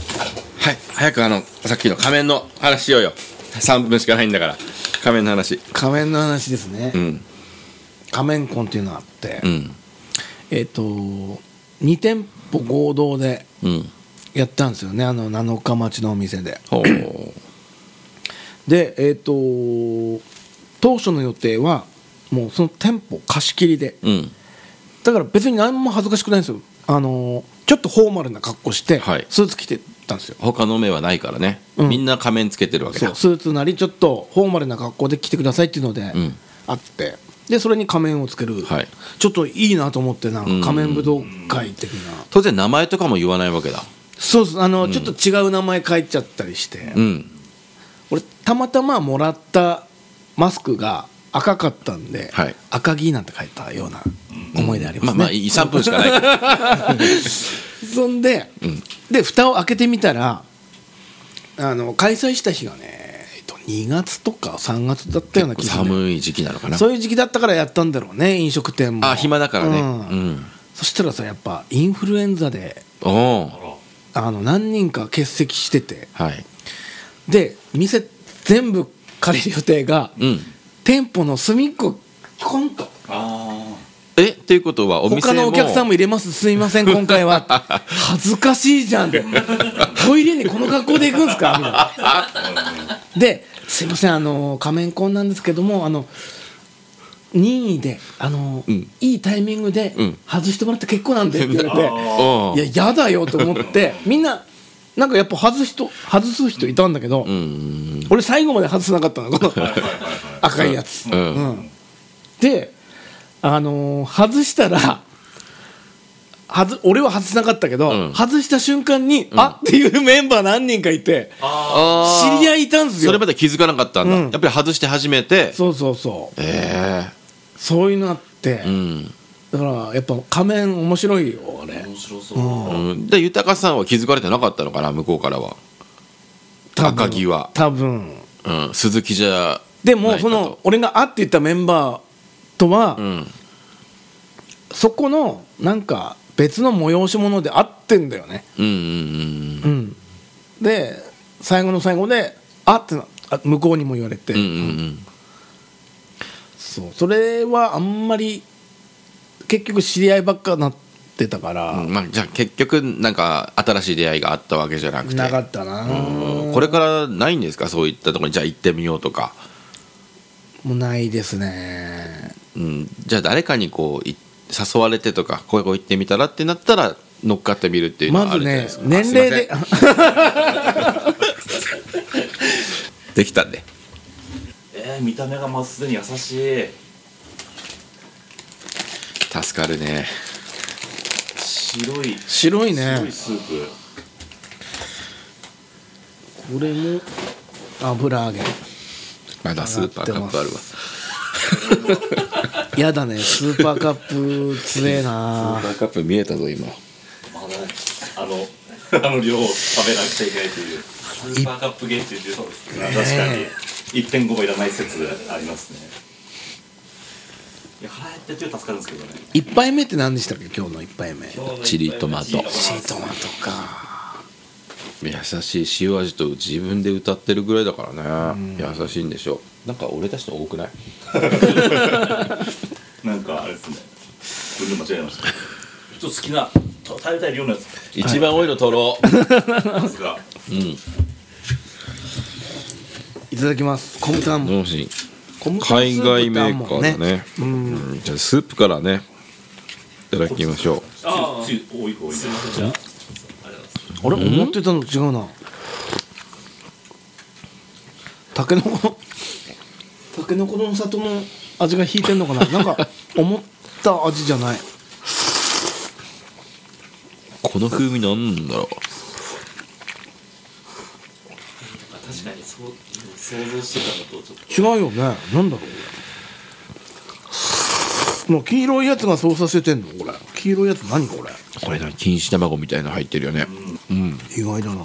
Speaker 1: はい早くあのさっきの仮面の話しようよ3分しかないんだから仮面の話
Speaker 2: 仮面の話ですね、
Speaker 1: うん
Speaker 2: 仮面コンっていうのがあって、
Speaker 1: うん
Speaker 2: えっ、と2店舗合同で
Speaker 1: うん
Speaker 2: やったんですよねあの7日町のお店で
Speaker 1: ほう
Speaker 2: でえっ、と当初の予定はもうその店舗貸し切りで
Speaker 1: うん
Speaker 2: だから別に何も恥ずかしくないんですよあのちょっとフォーマルな格好して、
Speaker 1: はい
Speaker 2: スーツ着てたんですよ
Speaker 1: 他の目はないからね、
Speaker 2: うん
Speaker 1: みんな仮面つけてるわけ
Speaker 2: そ
Speaker 1: だ
Speaker 2: うスーツなりちょっとフォーマルな格好で来てくださいっていうので、
Speaker 1: ん
Speaker 2: あってでそれに仮面をつける、
Speaker 1: はい
Speaker 2: ちょっといいなと思ってなんか仮面武道会的な、
Speaker 1: 当然名前とかも言わないわけだ
Speaker 2: そうですあの、ちょっと違う名前書いちゃったりして、
Speaker 1: うん
Speaker 2: 俺たまたまもらったマスクが赤かったんで、
Speaker 1: はい
Speaker 2: 赤木なんて書いたような思い出ありますね、
Speaker 1: まあまあいい3分しかない
Speaker 2: (laughs)
Speaker 1: から
Speaker 2: そんで、で蓋を開けてみたらあの開催した日がね、えっと、2月とか3月だったような気がする
Speaker 1: 寒い時期なのかな
Speaker 2: そういう時期だったからやったんだろうね飲食店も
Speaker 1: あ暇だからね
Speaker 2: うん
Speaker 1: うん
Speaker 2: そしたらさやっぱインフルエンザで
Speaker 1: お
Speaker 3: あ
Speaker 1: お
Speaker 3: ら
Speaker 2: あの何人か欠席してて
Speaker 1: はい
Speaker 2: で店全部借りる予定が、
Speaker 1: うん
Speaker 2: 店舗の隅っこコンと
Speaker 3: あ
Speaker 1: えっていうことはお店
Speaker 2: 他のお客さんも入れますすいま
Speaker 1: (laughs)
Speaker 2: せん今回は恥ずかしいじゃんってトイレにこの格好で行くんですかみたいなですいませんあの仮面婚なんですけどもあの任意であの、
Speaker 1: うん
Speaker 2: いいタイミングで
Speaker 1: うん
Speaker 2: 外してもらって結構なんでって言
Speaker 1: (laughs)
Speaker 2: われて、
Speaker 1: お
Speaker 2: いややだよと思ってみんななんかやっぱ外す人外す人いたんだけど、
Speaker 1: うん
Speaker 2: 俺最後まで外せなかったのこの赤いやつ、
Speaker 1: うん
Speaker 2: うんであのー外したらはず俺は外せなかったけど、
Speaker 1: うん
Speaker 2: 外した瞬間に、あっっていうメンバー何人かいて
Speaker 1: あー
Speaker 2: 知り合いいたんですよ
Speaker 1: それまで気づかなかったんだ、
Speaker 2: うん
Speaker 1: やっぱり外して初めて
Speaker 2: そうそうそう
Speaker 1: え
Speaker 2: そういうのあって
Speaker 1: え、うん
Speaker 2: だからやっぱ仮面面白いよ俺
Speaker 3: 面白そう
Speaker 1: うんで豊さんは気づかれてなかったのかな向こうからは、
Speaker 2: 多分
Speaker 1: 赤木は
Speaker 2: 多分
Speaker 1: うん、鈴木じゃ
Speaker 2: でも
Speaker 1: ないかと
Speaker 2: その俺があって言ったメンバーとは、
Speaker 1: うん
Speaker 2: そこのなんか別の催し物で会ってんだよね
Speaker 1: うんうん
Speaker 2: うん、で最後の最後で「あっ!」てなあ向こうにも言われて、
Speaker 1: うんうんうん
Speaker 2: そうそれはあんまり結局知り合いばっかなってたから、
Speaker 1: うんまあ、じゃあ結局なんか新しい出会いがあったわけじゃなくて
Speaker 2: なかったな、
Speaker 1: うんこれからないんですかそういったところにじゃあ行ってみようとか、
Speaker 2: もうないですね
Speaker 1: うん、じゃあ誰かにこうい誘われてとかこういう子行ってみたらってなったら乗っかってみるっていうの
Speaker 2: ま
Speaker 1: はあ
Speaker 2: ず
Speaker 1: るじゃない
Speaker 2: ね
Speaker 1: ですか、
Speaker 2: 年齢で
Speaker 1: あすいませんできたんで
Speaker 3: えー見た目がまっすでに優しい
Speaker 1: 助かるね
Speaker 3: 白い
Speaker 2: (laughs) 白い
Speaker 3: 白
Speaker 2: ね
Speaker 3: いスープ
Speaker 2: これも油揚げ
Speaker 1: まだスーパーカップあるわ
Speaker 2: やだねスーパーカップ強えな
Speaker 1: スーパーカップ見えたぞ今
Speaker 3: まだあの (laughs) あの量を食べなくちゃいけないという
Speaker 4: スーパーカップゲージでそうですね
Speaker 3: 確かに1.5倍いらない説ありますねいや腹減ってちょっと助かるんですけどね
Speaker 2: 一杯目って何でしたっけ今日の一杯目チ
Speaker 1: チリトマト
Speaker 2: ートマトか
Speaker 1: 優しい塩味と自分で歌ってるぐらいだからね優しいんでしょなんか俺たちの多くない
Speaker 3: なんかあれですね分量間違えましたちょっと好きな食べたい量のやつ
Speaker 1: 一番多いの取ろ
Speaker 3: なんですが
Speaker 1: う、うん
Speaker 2: いただきますコムタン
Speaker 1: どうし
Speaker 2: 小麦粉の
Speaker 1: 海
Speaker 2: スープって
Speaker 1: 外メーカーだね
Speaker 2: あんもんね
Speaker 1: うんじゃあスープからねいただきましょう
Speaker 4: あー
Speaker 3: つゆつゆ多い方多い方
Speaker 2: うん、あれ思ってたのと違うなたけのこたけのこの里の味が引いてんのか (laughs) ななんか思った味じゃない
Speaker 1: この風味なんなんだろ
Speaker 4: 確かにそう想像してたのとちょっと
Speaker 2: 違うよねなんだろうもう黄色いやつがそうさせてんのこれ黄色いやつ何これ
Speaker 1: うこれな錦糸卵みたいなの入ってるよねうん
Speaker 2: 意外だな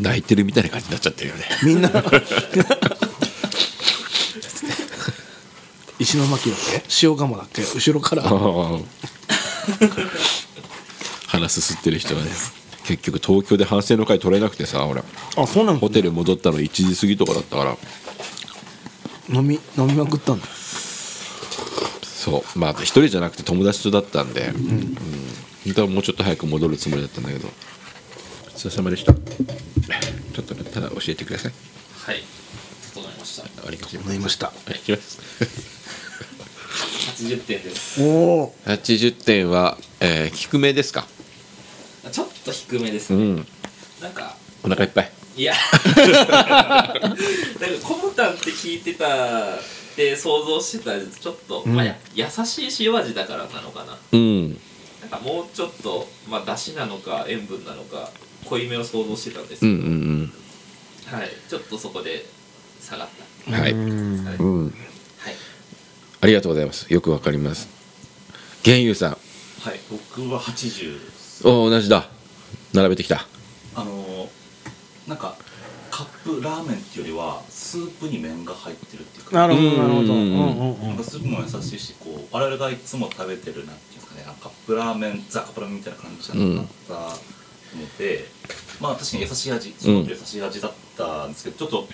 Speaker 1: 泣いてるみたいな感じになっちゃって (laughs) るよね
Speaker 2: み (laughs) んな石巻だっけ塩釜だっけ後ろから
Speaker 1: 鼻すすってる人はね結局東京で反省の会取れなくてさ俺
Speaker 2: あそうなの
Speaker 1: ホテル戻ったの1時過ぎとかだったから
Speaker 2: 飲み飲みまくったんだ
Speaker 1: そうまあ一人じゃなくて友達とだったんで、うん本当はもうちょっと早く戻るつもりだったんだけどごちそうさまでしたちょっとねただ教えてください
Speaker 4: はい整いました
Speaker 1: ありがとうござ
Speaker 2: 飲
Speaker 1: い
Speaker 2: みました
Speaker 1: ます
Speaker 4: 80点です
Speaker 2: おお
Speaker 1: 80点は、えー低めですか
Speaker 4: ちょっと低めです
Speaker 1: う
Speaker 4: ね、
Speaker 1: ん
Speaker 4: なんか
Speaker 1: お腹いっぱい
Speaker 4: い
Speaker 1: (laughs)
Speaker 4: やなんかコムタンって聞いてたって想像してたやつちょっと、まあや優しい塩味だからなのかな
Speaker 1: うん
Speaker 4: なんかもうちょっとまあ出汁なのか塩分なのか濃いめを想像してたんです
Speaker 1: うん
Speaker 4: けど、
Speaker 1: うん
Speaker 4: はいちょっとそこで下がった
Speaker 1: うんはい
Speaker 2: うん
Speaker 4: はい、
Speaker 1: うん
Speaker 4: はい
Speaker 1: ありがとうございますよくわかります源優さん
Speaker 4: はい
Speaker 3: 僕は80
Speaker 1: お同じだ並べてきた
Speaker 3: あのーなんかカップラーメンっていうよりはスープに麺が入ってるっていうか
Speaker 2: なるほどなるほどう
Speaker 1: うんん
Speaker 2: うんう
Speaker 3: なん
Speaker 2: ん
Speaker 3: かスープも優しいしこう我々がいつも食べてるなんていうんですかねカップラーメンザカップラーメンみたいな感じじゃなかったので、まあ確かに優しい味すごく優しい味だったんですけど、ちょっと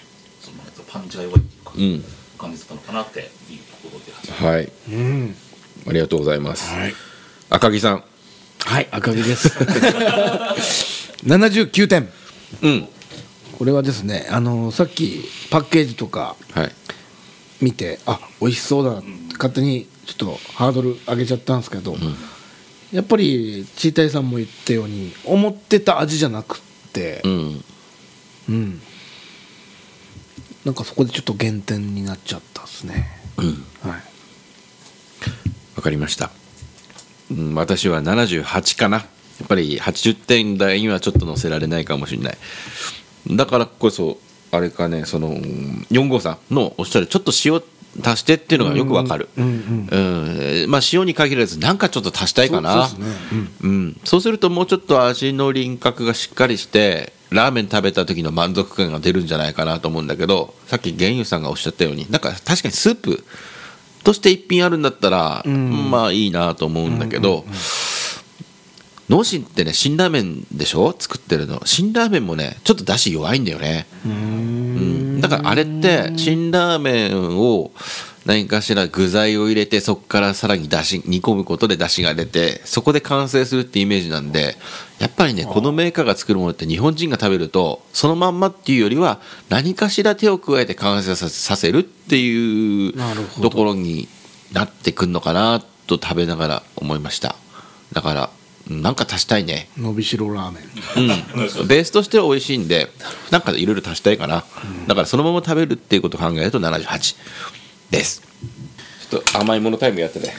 Speaker 3: そのパンチが弱いっていうか、
Speaker 1: うん
Speaker 3: 感じだったのかなっていうところで始め
Speaker 1: はい
Speaker 2: うん
Speaker 1: ありがとうございます
Speaker 2: はい
Speaker 1: 赤木さん
Speaker 2: はい赤毛です (laughs) 79点
Speaker 1: うん
Speaker 2: これはですねあのさっきパッケージとか
Speaker 1: はい
Speaker 2: 見てあ美味しそうだ
Speaker 3: ん
Speaker 2: 勝手にちょっとハードル上げちゃったんですけど、やっぱりチータイさんも言ったように思ってた味じゃなくって
Speaker 1: うん
Speaker 2: うん、なんかそこでちょっと減点になっちゃったですね
Speaker 1: うん
Speaker 2: はい
Speaker 1: わかりました、うん、私は78かなやっぱり80点台にはちょっと乗せられないかもしれないだからこそあれかねそのうん4号さんのおっしゃるちょっと塩足してっていうのがよくわかる
Speaker 2: うんうん
Speaker 1: うんまあ塩に限らずなんかちょっと足したいかな
Speaker 2: そうそうですねうん
Speaker 1: うん、そうするともうちょっと味の輪郭がしっかりしてラーメン食べた時の満足感が出るんじゃないかなと思うんだけどさっき源油さんがおっしゃったようになんか確かにスープとして一品あるんだったら、
Speaker 2: ん
Speaker 1: まあいいなと思うんだけど、農心ってね辛ラーメンでしょ作ってるの辛ラーメンもねちょっとだし弱いんだよね、うん、だからあれって辛ラーメンを何かしら具材を入れてそこからさらに出汁煮込むことで出汁が出てそこで完成するってイメージなんでやっぱりねこのメーカーが作るものって日本人が食べるとそのまんまっていうよりは何かしら手を加えて完成させさせるっていう
Speaker 2: なるほど
Speaker 1: ところになってくんのかなと食べながら思いましただからうんなんか足したいね
Speaker 2: 伸びしろラーメ
Speaker 1: う
Speaker 2: ン
Speaker 1: ん、ベースとしては美味しいんでなんかいろいろ足したいかな、だからそのまま食べるっていうことを考えると78ですちょっと甘いものタイムやってね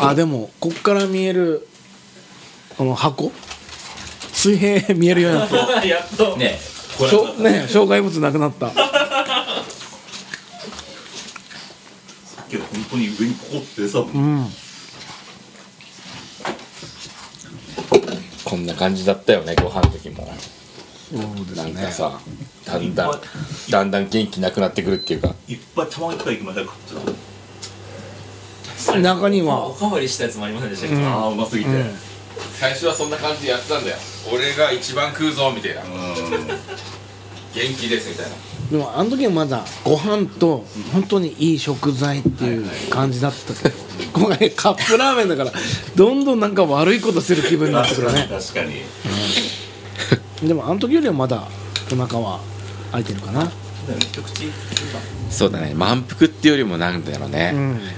Speaker 2: あでもこっから見えるこの箱水平見えるようになった
Speaker 4: やっとね
Speaker 2: しょね障害物なくなった
Speaker 3: たけど本当に上にポコってさ、
Speaker 2: うん
Speaker 1: こんな感じだったよねご飯の時も
Speaker 2: そうです
Speaker 1: なん
Speaker 2: ね
Speaker 1: かさ、だんだんだんだん元気なくなってくるっていうか
Speaker 3: いっぱい卵いっぱいいきましたよちょっと
Speaker 2: 中に
Speaker 4: お
Speaker 2: は
Speaker 4: かわりしたやつもありませんでしたけど、
Speaker 3: ああうますぎて、
Speaker 2: うん
Speaker 1: 最初はそんな感じでやってたんだよ俺が一番食うぞみたいな元気ですみたいな
Speaker 2: でもあの時はまだご飯と本当にいい食材っていう感じだったけど今回カップラーメンだからどんどんなんか悪いことしてる気分になってく
Speaker 3: 確
Speaker 2: る
Speaker 3: かに
Speaker 2: ね
Speaker 3: 確かに
Speaker 2: でもあの時よりはまだお腹は空いてるかな
Speaker 3: 一口
Speaker 1: そうだね満腹っていうよりもなんだろうね、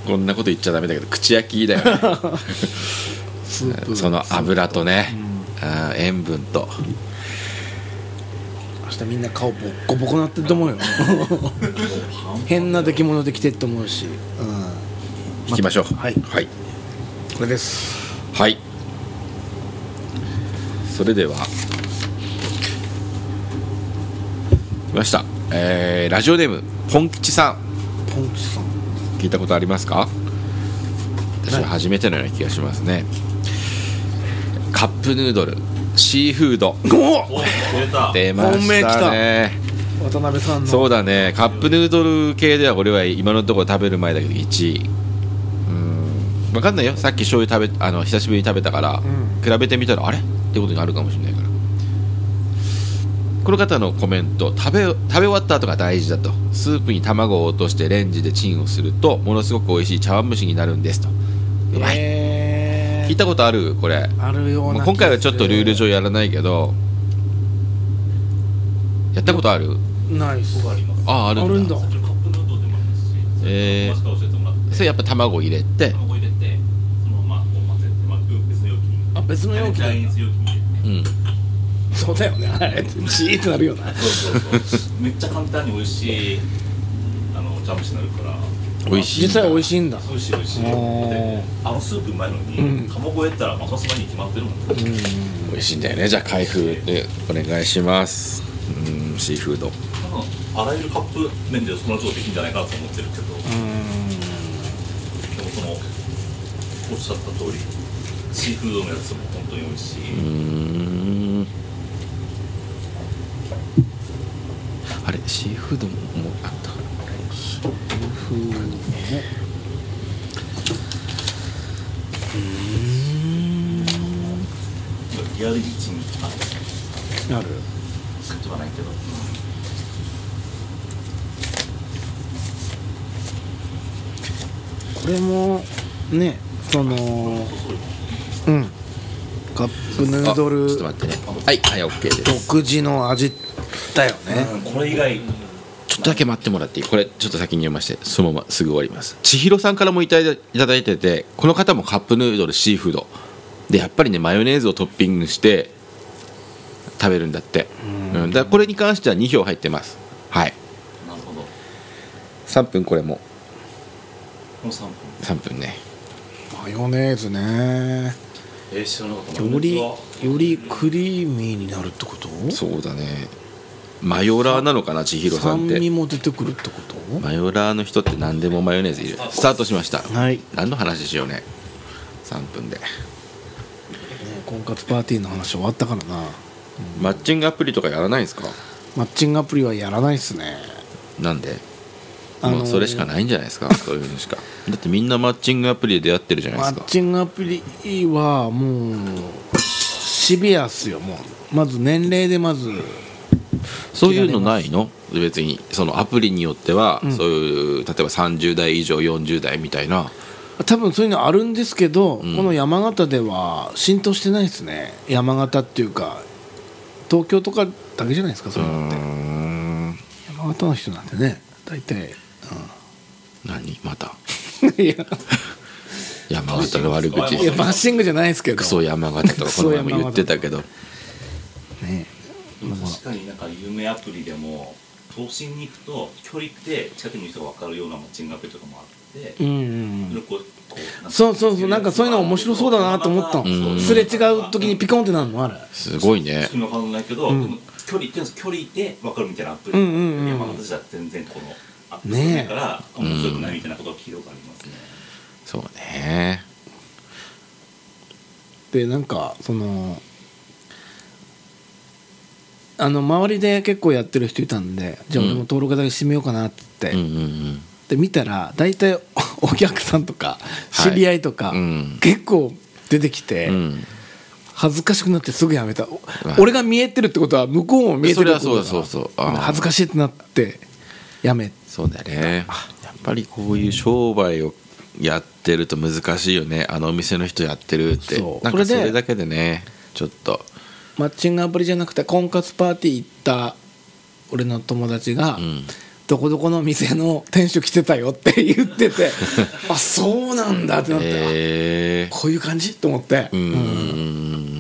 Speaker 1: こんなこと言っちゃダメだけど口焼きだよね
Speaker 2: (laughs) スープ
Speaker 1: その油とね、あー塩分と
Speaker 2: 明日みんな顔ボッコボコなってる
Speaker 1: (laughs)
Speaker 2: と思うよ変な出来物できてると思うし、うん、
Speaker 1: いきましょう
Speaker 2: はい
Speaker 1: はい、
Speaker 2: これです
Speaker 1: はいそれでは来ました、えーラジオネームポン吉さん
Speaker 2: ポンチさん
Speaker 1: 聞いたことありますか私は初めてのような気がしますねカップヌードルシーフード
Speaker 2: お
Speaker 3: お出た
Speaker 1: 出ましたね
Speaker 2: 渡辺さんの
Speaker 1: そうだねカップヌードル系では俺は今のところ食べる前だけど1位うん分かんないよさっき醤油食べあの久しぶりに食べたから、
Speaker 2: う
Speaker 1: 比べてみたらあれってことになるかもしれないからこの方のコメント食べ食べ終わった後が大事だとスープに卵を落としてレンジでチンをするとものすごく美味しい茶碗蒸しになるんですとうまい、
Speaker 2: えー
Speaker 1: 聞いたことあるこれ
Speaker 2: あるよう
Speaker 1: まあ
Speaker 2: な気がする
Speaker 1: 今回はちょっとルール上やらないけどやったことある
Speaker 2: ないっす
Speaker 3: あります
Speaker 1: あああるんだ
Speaker 2: あるんだ
Speaker 3: カップヌードルでもありますしそ
Speaker 1: え
Speaker 3: れ
Speaker 1: ー
Speaker 3: と同じか教えてもらって
Speaker 1: それやっぱ卵入れて
Speaker 3: 卵入れてそのままこう混ぜてまあ別の容器に
Speaker 2: あ別の容器
Speaker 3: キャ
Speaker 2: だ
Speaker 3: インス容器に入れて
Speaker 1: うん
Speaker 2: そうだよね (laughs) あれチーってなるよな
Speaker 3: そうそうそう (laughs) めっちゃ簡単に美味しいあのジャムシになるから
Speaker 1: 美味しい
Speaker 2: 実際美味しいんだ
Speaker 3: 美味しい美味し
Speaker 2: あ
Speaker 3: い
Speaker 2: ー
Speaker 3: であのスープうまいのに、卵やったらまあそのそばに決まってるもんね、
Speaker 1: 美味しいんだよねじゃあ開封でお願いしますうんシーフード
Speaker 3: 多分あらゆるカップ麺でその上できるんじゃないかなと思ってるけど、でもそのおっしゃった通りシーフードのやつも本当に美味しい、
Speaker 1: うんあれシーフードももうあった
Speaker 3: リアルリッチにあ
Speaker 2: なる
Speaker 3: そっちはないけど、
Speaker 2: これもねそのうんカップヌード
Speaker 1: あ
Speaker 2: ル
Speaker 1: ちょっと待ってねはいはい OK ですちょ
Speaker 2: 独自の味だよね
Speaker 3: うんこれ以外
Speaker 1: っとだけ待ってもらっていいこれちょっと先に読ましてそのまますぐ終わります千尋さんからもいただいててこの方もカップヌードルシーフードでやっぱりねマヨネーズをトッピングして食べるんだってうんだからこれに関しては2票入ってますはい
Speaker 3: なるほどこ
Speaker 1: 3分これも
Speaker 3: の3分
Speaker 1: 3分ね
Speaker 2: マヨネーズね
Speaker 3: えー、知らなかった
Speaker 2: より
Speaker 3: こ
Speaker 2: よりクリーミーになるってこと
Speaker 1: そうだねマヨラーなのかな千尋さん
Speaker 2: 酸
Speaker 1: って
Speaker 2: 味も出てくるってこと
Speaker 1: マヨラーの人って何でもマヨネーズ入れるスタートしました
Speaker 2: はい、ね、
Speaker 1: 何の話しようね3分で
Speaker 2: 婚活パーティーの話終わったからな
Speaker 1: マッチングアプリとかやらないんですか
Speaker 2: マッチングアプリはやらないっすね
Speaker 1: なんで、
Speaker 2: あのー
Speaker 1: もうそれしかないんじゃない
Speaker 2: (laughs)
Speaker 1: ですかそういうのしかだってみんなマッチングアプリで出会ってるじゃない
Speaker 2: マ
Speaker 1: です
Speaker 2: ッ
Speaker 1: か
Speaker 2: チングアプリはもうシビアっすよもうまず年齢でまず
Speaker 1: そういうのないの別にそのアプリによっては、そういう例えば30代以上40代みたいな
Speaker 2: 多分そういうのあるんですけど、この山形では浸透してないですね山形っていうか東京とかだけじゃないですかそういうのって
Speaker 1: うん
Speaker 2: 山形の人なんてね大
Speaker 1: (laughs)
Speaker 2: 体、
Speaker 1: 何また
Speaker 2: うん、いや
Speaker 1: 山形の悪
Speaker 3: い
Speaker 1: 口
Speaker 2: いやバッシングじゃないですけど
Speaker 1: クソ山形とかこの前も言ってたけど
Speaker 2: ね
Speaker 3: でも確かになんか有名アプリでも投信に行くと距離で近くにいる人が分かるようなマッチングアプリとかもあって、
Speaker 2: うんうんう
Speaker 3: それ
Speaker 2: ん
Speaker 3: こうこうなんか
Speaker 2: そうそうそうなんかそういうの面白そうだなと思った
Speaker 1: う
Speaker 2: の
Speaker 1: ん
Speaker 2: すれ違う時にピコンってなるのあれ
Speaker 1: すごいね
Speaker 3: 好きなのかんないけど、
Speaker 2: うん
Speaker 3: でも距離っていうのは距離で分かるみたいなアプリ、
Speaker 2: うんうんうん
Speaker 3: 山形じゃ全然このアプリ
Speaker 2: ねえ
Speaker 3: だから面白くないみたいなことを聞いたことありますね、
Speaker 1: そうね
Speaker 2: でなんかそのあの周りで結構やってる人いたんでじゃあ俺も登録だけしてみようかなっ
Speaker 1: う
Speaker 2: て言って、
Speaker 1: んうん
Speaker 2: で見たら大体おお (laughs) 客さんとか
Speaker 1: はい
Speaker 2: 知り合いとか、
Speaker 1: うん
Speaker 2: 結構出てきて、
Speaker 1: うんうん
Speaker 2: 恥ずかしくなってすぐやめた、お
Speaker 1: わ
Speaker 2: 俺が見えてるってことは向こうも見えてるってことだから
Speaker 1: そりゃそうだそうそうあー
Speaker 2: 恥ずかしいってなってやめ
Speaker 1: そうだよねやっぱりこういう商売をやってると難しいよねあのお店の人やってるって
Speaker 2: そう
Speaker 1: なんか
Speaker 2: これで
Speaker 1: それだけでねちょっと
Speaker 2: マッチングアプリじゃなくて婚活パーティー行った俺の友達が、
Speaker 1: うん
Speaker 2: どこどこの店の店主来てたよって言っ
Speaker 1: (laughs)
Speaker 2: ててあそうなんだってなって、
Speaker 1: へえ
Speaker 2: こういう感じと思って、
Speaker 1: うん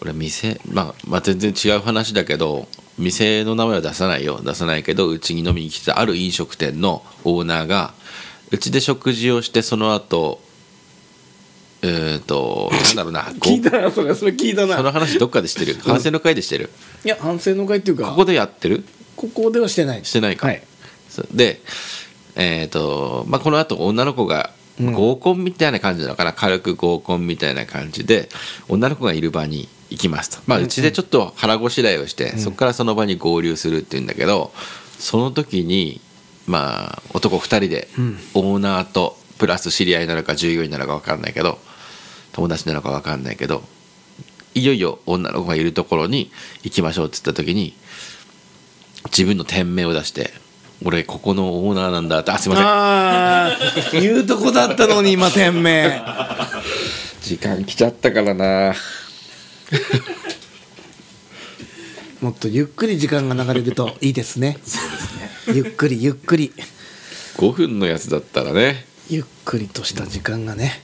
Speaker 1: 俺店、まあ、まあ全然違う話だけど店の名前は出さないよ出さないけどうちに飲みに来てたある飲食店のオーナーがうちで食事をしてその後えっ、となんだろうな
Speaker 2: 聞いたなそれそれ聞いた
Speaker 1: その
Speaker 2: な
Speaker 1: 話どっかでしてる反省の会でしてる
Speaker 2: いや反省の会っていうか
Speaker 1: ここでやってる
Speaker 2: ここではしてない
Speaker 1: してないか、
Speaker 2: はい
Speaker 1: そうでえっ、と、まあ、この後女の子が
Speaker 2: うん
Speaker 1: 合コンみたいな感じなのかな軽く合コンみたいな感じで女の子がいる場に行きますとまあうちでちょっと腹ごしらえをして、そこからその場に合流するっていうんだけどその時にまあ男2人でオーナーとプラス知り合いなのか従業員なのか分かんないけど友達なのか分かんないけどいよいよ女の子がいるところに行きましょうっつった時に自分の店名を出して「俺ここのオーナーなんだ」って「あすいません
Speaker 2: ああ言うとこだったのに今店名
Speaker 1: 時間来ちゃったからな
Speaker 2: もっとゆっくり時間が流れるといいですねゆっくりゆっくり
Speaker 1: 5分のやつだったらね
Speaker 2: ゆっくりとした時間がね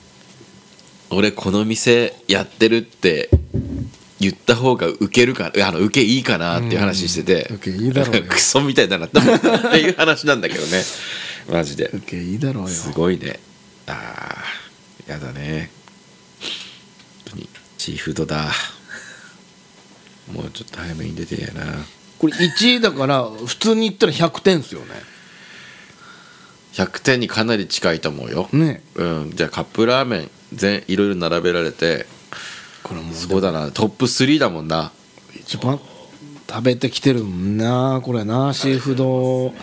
Speaker 1: 俺この店やってるって言った方がウケるかあのウケいいかなっていう話してて
Speaker 2: うんウケいいだろうよ
Speaker 1: (laughs) クソみたいだなって思ったっていう話なんだけどねマジで
Speaker 2: 受けいいだろうよ
Speaker 1: すごいねあーやだね本当にシーフードだもうちょっと早めに出てやな
Speaker 2: これ1位だから普通に言ったら100点ですよね
Speaker 1: 100点にかなり近いと思うよ、
Speaker 2: ね
Speaker 1: うん、じゃあカップラーメン全いろいろ並べられて
Speaker 2: これもう
Speaker 1: そうだなトップ3だもんな
Speaker 2: 一番食べてきてるもんなこれなシーフード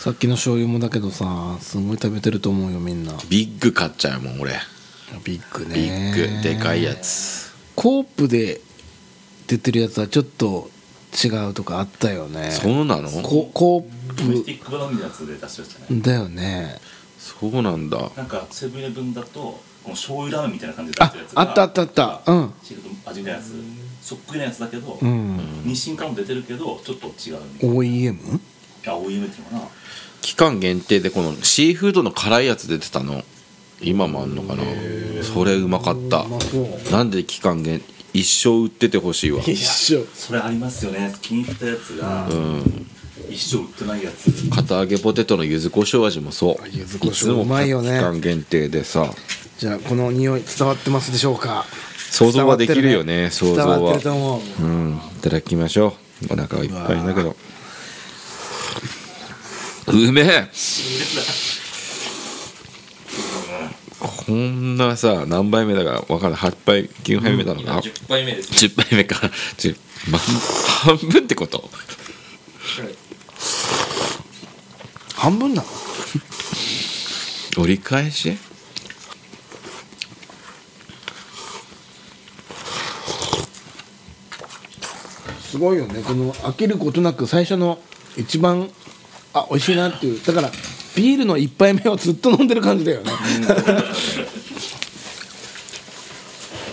Speaker 2: さっきの醤油もだけどさすごい食べてると思うよみんな
Speaker 1: ビッグ買っちゃうもん俺
Speaker 2: ビッグね
Speaker 1: ビッグでかいやつ
Speaker 2: コープで出てるやつはちょっと違うとかあったよね
Speaker 1: そうなの
Speaker 2: ココ
Speaker 3: ジョイ
Speaker 2: ー
Speaker 3: スティックブラウンみたいなやつで出してるじゃない
Speaker 2: プだよね
Speaker 1: そうなんだ
Speaker 3: なんかセブンイレブンだとこの醤油ラーメンみたいな感じで出し
Speaker 2: あ
Speaker 3: てるやつが
Speaker 2: あったあったあったうん
Speaker 3: シーフード味のやつそっくりなやつだけど、
Speaker 2: うん
Speaker 3: 日清からも出てるけどちょっと違うみたいな
Speaker 2: OEM?
Speaker 3: 青い夢っていうのかな
Speaker 1: 期間限定でこのシーフードの辛いやつ出てたの今もあんのかなそれうまかった
Speaker 2: そう
Speaker 1: なんで期間限一生売っててほしいわ
Speaker 2: 一緒
Speaker 3: それありますよね気に入ったやつが、
Speaker 1: うん
Speaker 3: 一生売ってないやつ
Speaker 1: 片揚げポテトの柚子胡椒味もそう
Speaker 2: 柚子胡椒うまいよね
Speaker 1: つも期間限定でさ
Speaker 2: じゃあこの匂い伝わってますでしょうか
Speaker 1: 想像はできるよね想
Speaker 2: 伝
Speaker 1: 像
Speaker 2: わって
Speaker 1: は
Speaker 2: ると思う
Speaker 1: うんいただきましょうお腹はいっぱいだけどうめえこんなさ何杯目だか分からない8杯9杯目だろうな、
Speaker 4: 今10杯目ですね
Speaker 1: 10杯目か10ま半分ってこと
Speaker 2: 半分なの
Speaker 1: 折り返し
Speaker 2: すごいよねこの飽きることなく最初の一番あ美味しいなっていうだからビールの一杯目をずっと飲んでる感じだよね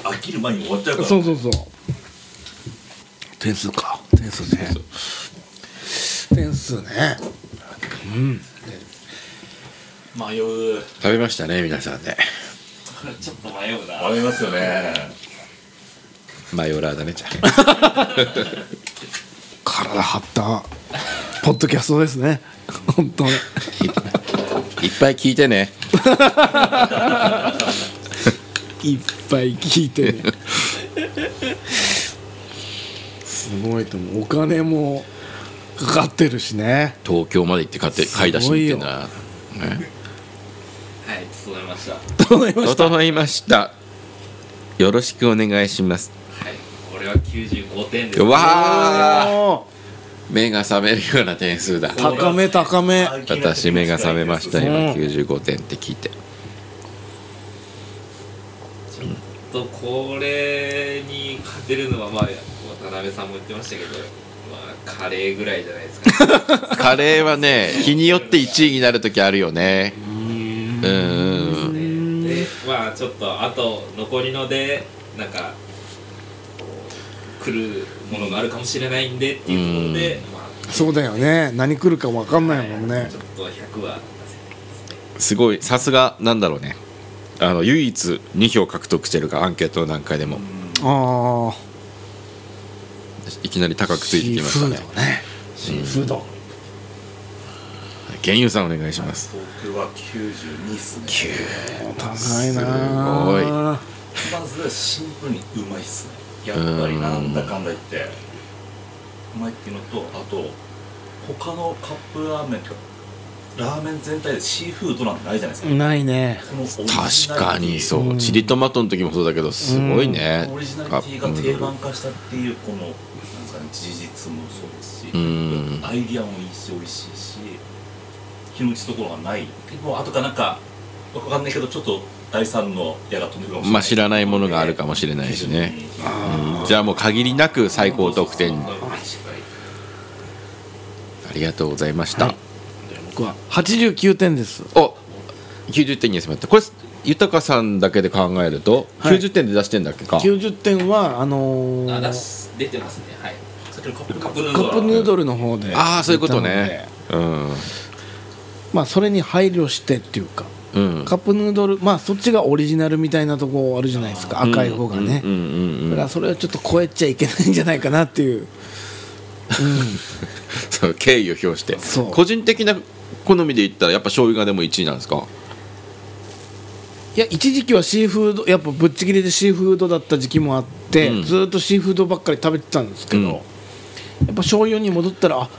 Speaker 3: 飽きる前に終わっちゃうから
Speaker 2: そうそうそう点数か点数ね点数ね
Speaker 4: 迷う
Speaker 1: 食べましたね皆さんね
Speaker 4: これちょっと迷うな
Speaker 3: ありますよね
Speaker 1: マヨラーだねじゃ
Speaker 2: 体張ったポッドキャストですね本当に
Speaker 1: あいっぱい聞いてね
Speaker 2: いっぱい聞いてねすごいと思うお金もかかってるしね
Speaker 1: 東京まで行って買って買い出しに行ってんだな、ね
Speaker 4: はい勤めましたはい
Speaker 2: 整いました
Speaker 1: 整いましたよろしくお願いします
Speaker 4: 俺は95点です
Speaker 1: うわあ
Speaker 2: おー
Speaker 1: 目が覚めるような点数だ
Speaker 2: 高め高め
Speaker 1: 私目が覚めました
Speaker 2: そう
Speaker 1: 今95点って聞いて
Speaker 4: ちょっとこれに勝てるのはまあ渡辺さんも言ってましたけどまあカレーぐらいじゃないですか、ね、
Speaker 1: カレーはね日によって1位になる時あるよねうんうん
Speaker 4: でまあちょっとあと残りのでなんかこう来るものがあるかもしれないんでっていうことで、ま
Speaker 2: そうだよね何来るか分かんないもん
Speaker 4: あ
Speaker 2: ね
Speaker 4: ちょっと100は
Speaker 1: すごいさすがなんだろうねあの唯一2票獲得してるからアンケートの段階でも
Speaker 2: ああ
Speaker 1: いきなり高くついてきましたね
Speaker 2: シーフードね
Speaker 1: 原油さんお願いします
Speaker 3: 僕は92っすね
Speaker 2: シーフード高いな
Speaker 1: すごい
Speaker 2: あ
Speaker 3: まずシンプルにうまいっすねやっぱりなんだかんだ言ってうまいっていうのとあと他のカップラーメンとかラーメン全体でシーフードなんてないじゃないですか、
Speaker 2: ないね
Speaker 3: このオリジナリティ
Speaker 1: 確かにそう、チリトマトの時もそうだけどすごいね、
Speaker 3: オリジナリティが定番化したっていうこのなんですかね事実もそうですし、
Speaker 1: うん
Speaker 3: アイディアもいいし美味しいし日の打ちところがない結構あとかなんかわかんないけどちょっと第三の矢が飛んでくるかもしれない
Speaker 1: まあ知らないものがあるかもしれないしねうんじゃあもう限りなく最高得点ありがとうございました、
Speaker 2: はい僕は89点です
Speaker 1: お90点にしまったこれ豊さんだけで考えると、
Speaker 2: はい
Speaker 1: 90点で出してんだっけか
Speaker 2: 90点はあのー
Speaker 4: あ出し出てますねはい
Speaker 3: さっきのカップ
Speaker 4: カ
Speaker 3: カ
Speaker 4: ッ
Speaker 3: ッ
Speaker 4: プ
Speaker 3: プ
Speaker 4: ヌ
Speaker 2: カ
Speaker 4: ードル
Speaker 2: ップヌードルの方で
Speaker 1: ああそういうことねうん、
Speaker 2: まあそれに配慮してっていうか
Speaker 1: うん、
Speaker 2: カップヌードルまあそっちがオリジナルみたいなとこあるじゃないですか赤い方がね、
Speaker 1: うんうんうん
Speaker 2: だからそれをちょっと超えちゃいけないんじゃないかなっていう、
Speaker 1: そう敬意を表して
Speaker 2: そう
Speaker 1: 個人的な好みで言ったらやっぱ醤油がでも1位なんですか
Speaker 2: いや一時期はシーフードやっぱぶっちぎりでシーフードだった時期もあって、
Speaker 1: うん
Speaker 2: ずーっとシーフードばっかり食べてたんですけど、
Speaker 1: うん
Speaker 2: やっぱ醤油に戻ったらあ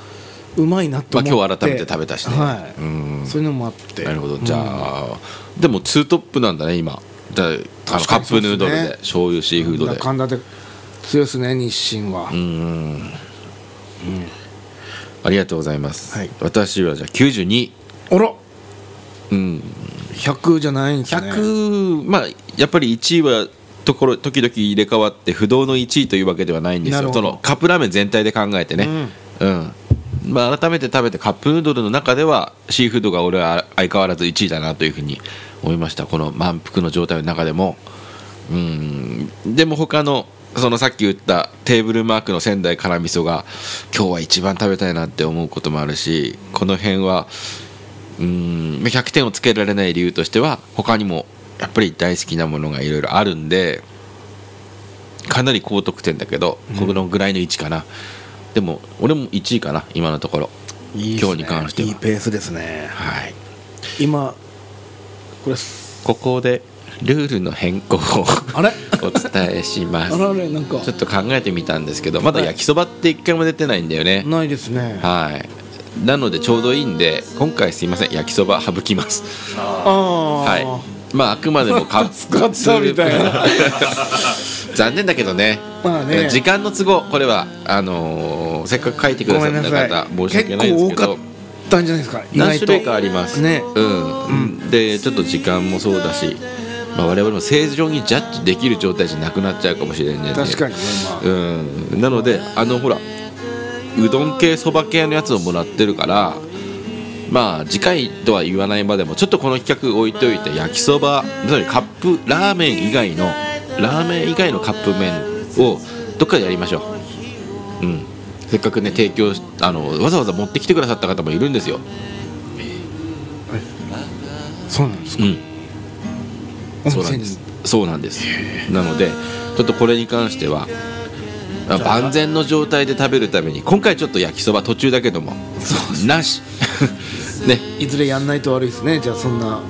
Speaker 2: うまいなと思って、
Speaker 1: まあ今日改めて食べたしね
Speaker 2: はい、
Speaker 1: うん
Speaker 2: そういうのもあって
Speaker 1: なるほどじゃあ、でもツートップなんだね今じゃああの
Speaker 2: 確
Speaker 1: カ
Speaker 2: かに
Speaker 1: ップヌードル
Speaker 2: そう
Speaker 1: で
Speaker 2: ですね
Speaker 1: 醤油シーフード
Speaker 2: なん
Speaker 1: で
Speaker 2: だかんだで強いですね日清は、
Speaker 1: ありがとうございます、
Speaker 2: はい
Speaker 1: 私はじゃあ92
Speaker 2: あら
Speaker 1: うん
Speaker 2: 100じゃないんですね
Speaker 1: 100、まあやっぱり1位はところ時々入れ替わって不動の1位というわけではないんです
Speaker 2: なる
Speaker 1: よ
Speaker 2: ほ
Speaker 1: そ
Speaker 2: ど
Speaker 1: のカップラーメン全体で考えてねうん、まあ、改めて食べてカップヌードルの中ではシーフードが俺は相変わらず1位だなというふうに思いましたこの満腹の状態の中でもうんでも他のそのさっき言ったテーブルマークの仙台辛味噌が今日は一番食べたいなって思うこともあるしこの辺はうんまあ100点をつけられない理由としては他にもやっぱり大好きなものがいろいろあるんでかなり高得点だけどこのぐらいの位置かな、でも俺も1位かな今のところ
Speaker 2: いいっすね
Speaker 1: 今日に関してはい
Speaker 2: いペースですね
Speaker 1: はい
Speaker 2: 今これ
Speaker 1: ここでルールの変更を (laughs)
Speaker 2: あれ
Speaker 1: お伝えします
Speaker 2: あらあれなんか
Speaker 1: ちょっと考えてみたんですけどまだ焼きそばって一回も出てないんだよね
Speaker 2: ないですね
Speaker 1: はいなのでちょうどいいんで今回すいません焼きそば省きます
Speaker 2: ああ
Speaker 1: はいまああくまでもカップ
Speaker 2: (laughs) 助かったみたいな
Speaker 1: (laughs) 残念だけどね
Speaker 2: まあね
Speaker 1: 時間の都合これはあのーせっかく書いてくだ
Speaker 2: ご
Speaker 1: さ
Speaker 2: め
Speaker 1: っ
Speaker 2: んな
Speaker 1: た
Speaker 2: さい
Speaker 1: 方申し訳
Speaker 2: 結
Speaker 1: ないんですけ
Speaker 2: 構多か
Speaker 1: ど
Speaker 2: ったんじゃないですか意
Speaker 1: 何
Speaker 2: 外
Speaker 1: 種
Speaker 2: と
Speaker 1: 類かあります
Speaker 2: ね
Speaker 1: うん、でちょっと時間もそうだし、まあ、我々も正常にジャッジできる状態じゃなくなっちゃうかもしれないんで
Speaker 2: 確かにねまあ
Speaker 1: うんなのであのほらうどん系そば系のやつをもらってるからまあ次回とは言わないまでもちょっとこの企画置いておいて焼きそばつまりカップラーメン以外のラーメン以外のカップ麺をどっかでやりましょう、うん、せっかくね提供しあのわざわざ持ってきてくださった方もいるんですよ、
Speaker 2: そうなんです
Speaker 1: うん、
Speaker 2: お
Speaker 1: そうなんで
Speaker 2: 店に
Speaker 1: すそうなんですなのでちょっとこれに関してはあ万全の状態で食べるために今回ちょっと焼きそば途中だけどもなし (laughs) ね
Speaker 2: いずれやんないと悪いですねじゃあそんな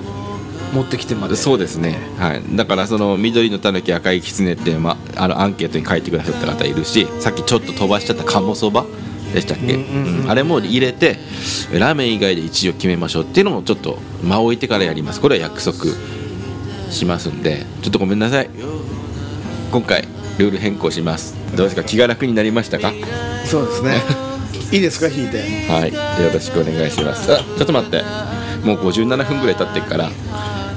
Speaker 2: 持ってきてまで
Speaker 1: そうですね、はい、だからその緑のたぬき赤いきつねって、ま、あのアンケートに書いてくださった方いるしさっきちょっと飛ばしちゃった鴨そばでしたっけ、うんあれも入れてラーメン以外で1位を決めましょうっていうのもちょっと間を置いてからやりますこれは約束しますんでちょっとごめんなさい今回ルール変更しますどうですか気が楽になりましたか
Speaker 2: そうですねいいですか引いて
Speaker 1: はい、よろしくお願いします。あ、ちょっと待って。もう57分ぐらい経ってるから、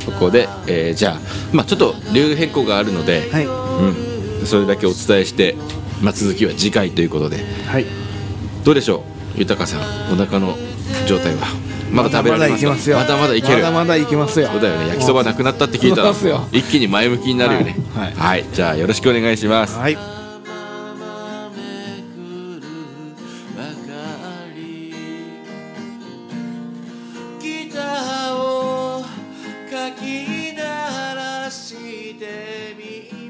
Speaker 1: ここで、えーじゃあ、まあちょっと流変更があるので、
Speaker 2: はい
Speaker 1: うん、それだけお伝えして、まあ続きは次回ということで、
Speaker 2: はい
Speaker 1: どうでしょう、豊さん、お腹の状態は。まだ食べられ
Speaker 2: まだまだ
Speaker 1: ます
Speaker 2: いけ
Speaker 1: か
Speaker 2: ますよ
Speaker 1: まだまだいける。
Speaker 2: まだまだいけますよ
Speaker 1: そうだよね、焼きそばなくなったって聞いた
Speaker 2: そ
Speaker 1: ら
Speaker 2: うですよ、
Speaker 1: 一気に前向きになるよね。
Speaker 2: はいは
Speaker 1: はい、じゃあよろしくお願いします。
Speaker 2: はい
Speaker 5: ギターをかき鳴らしてみ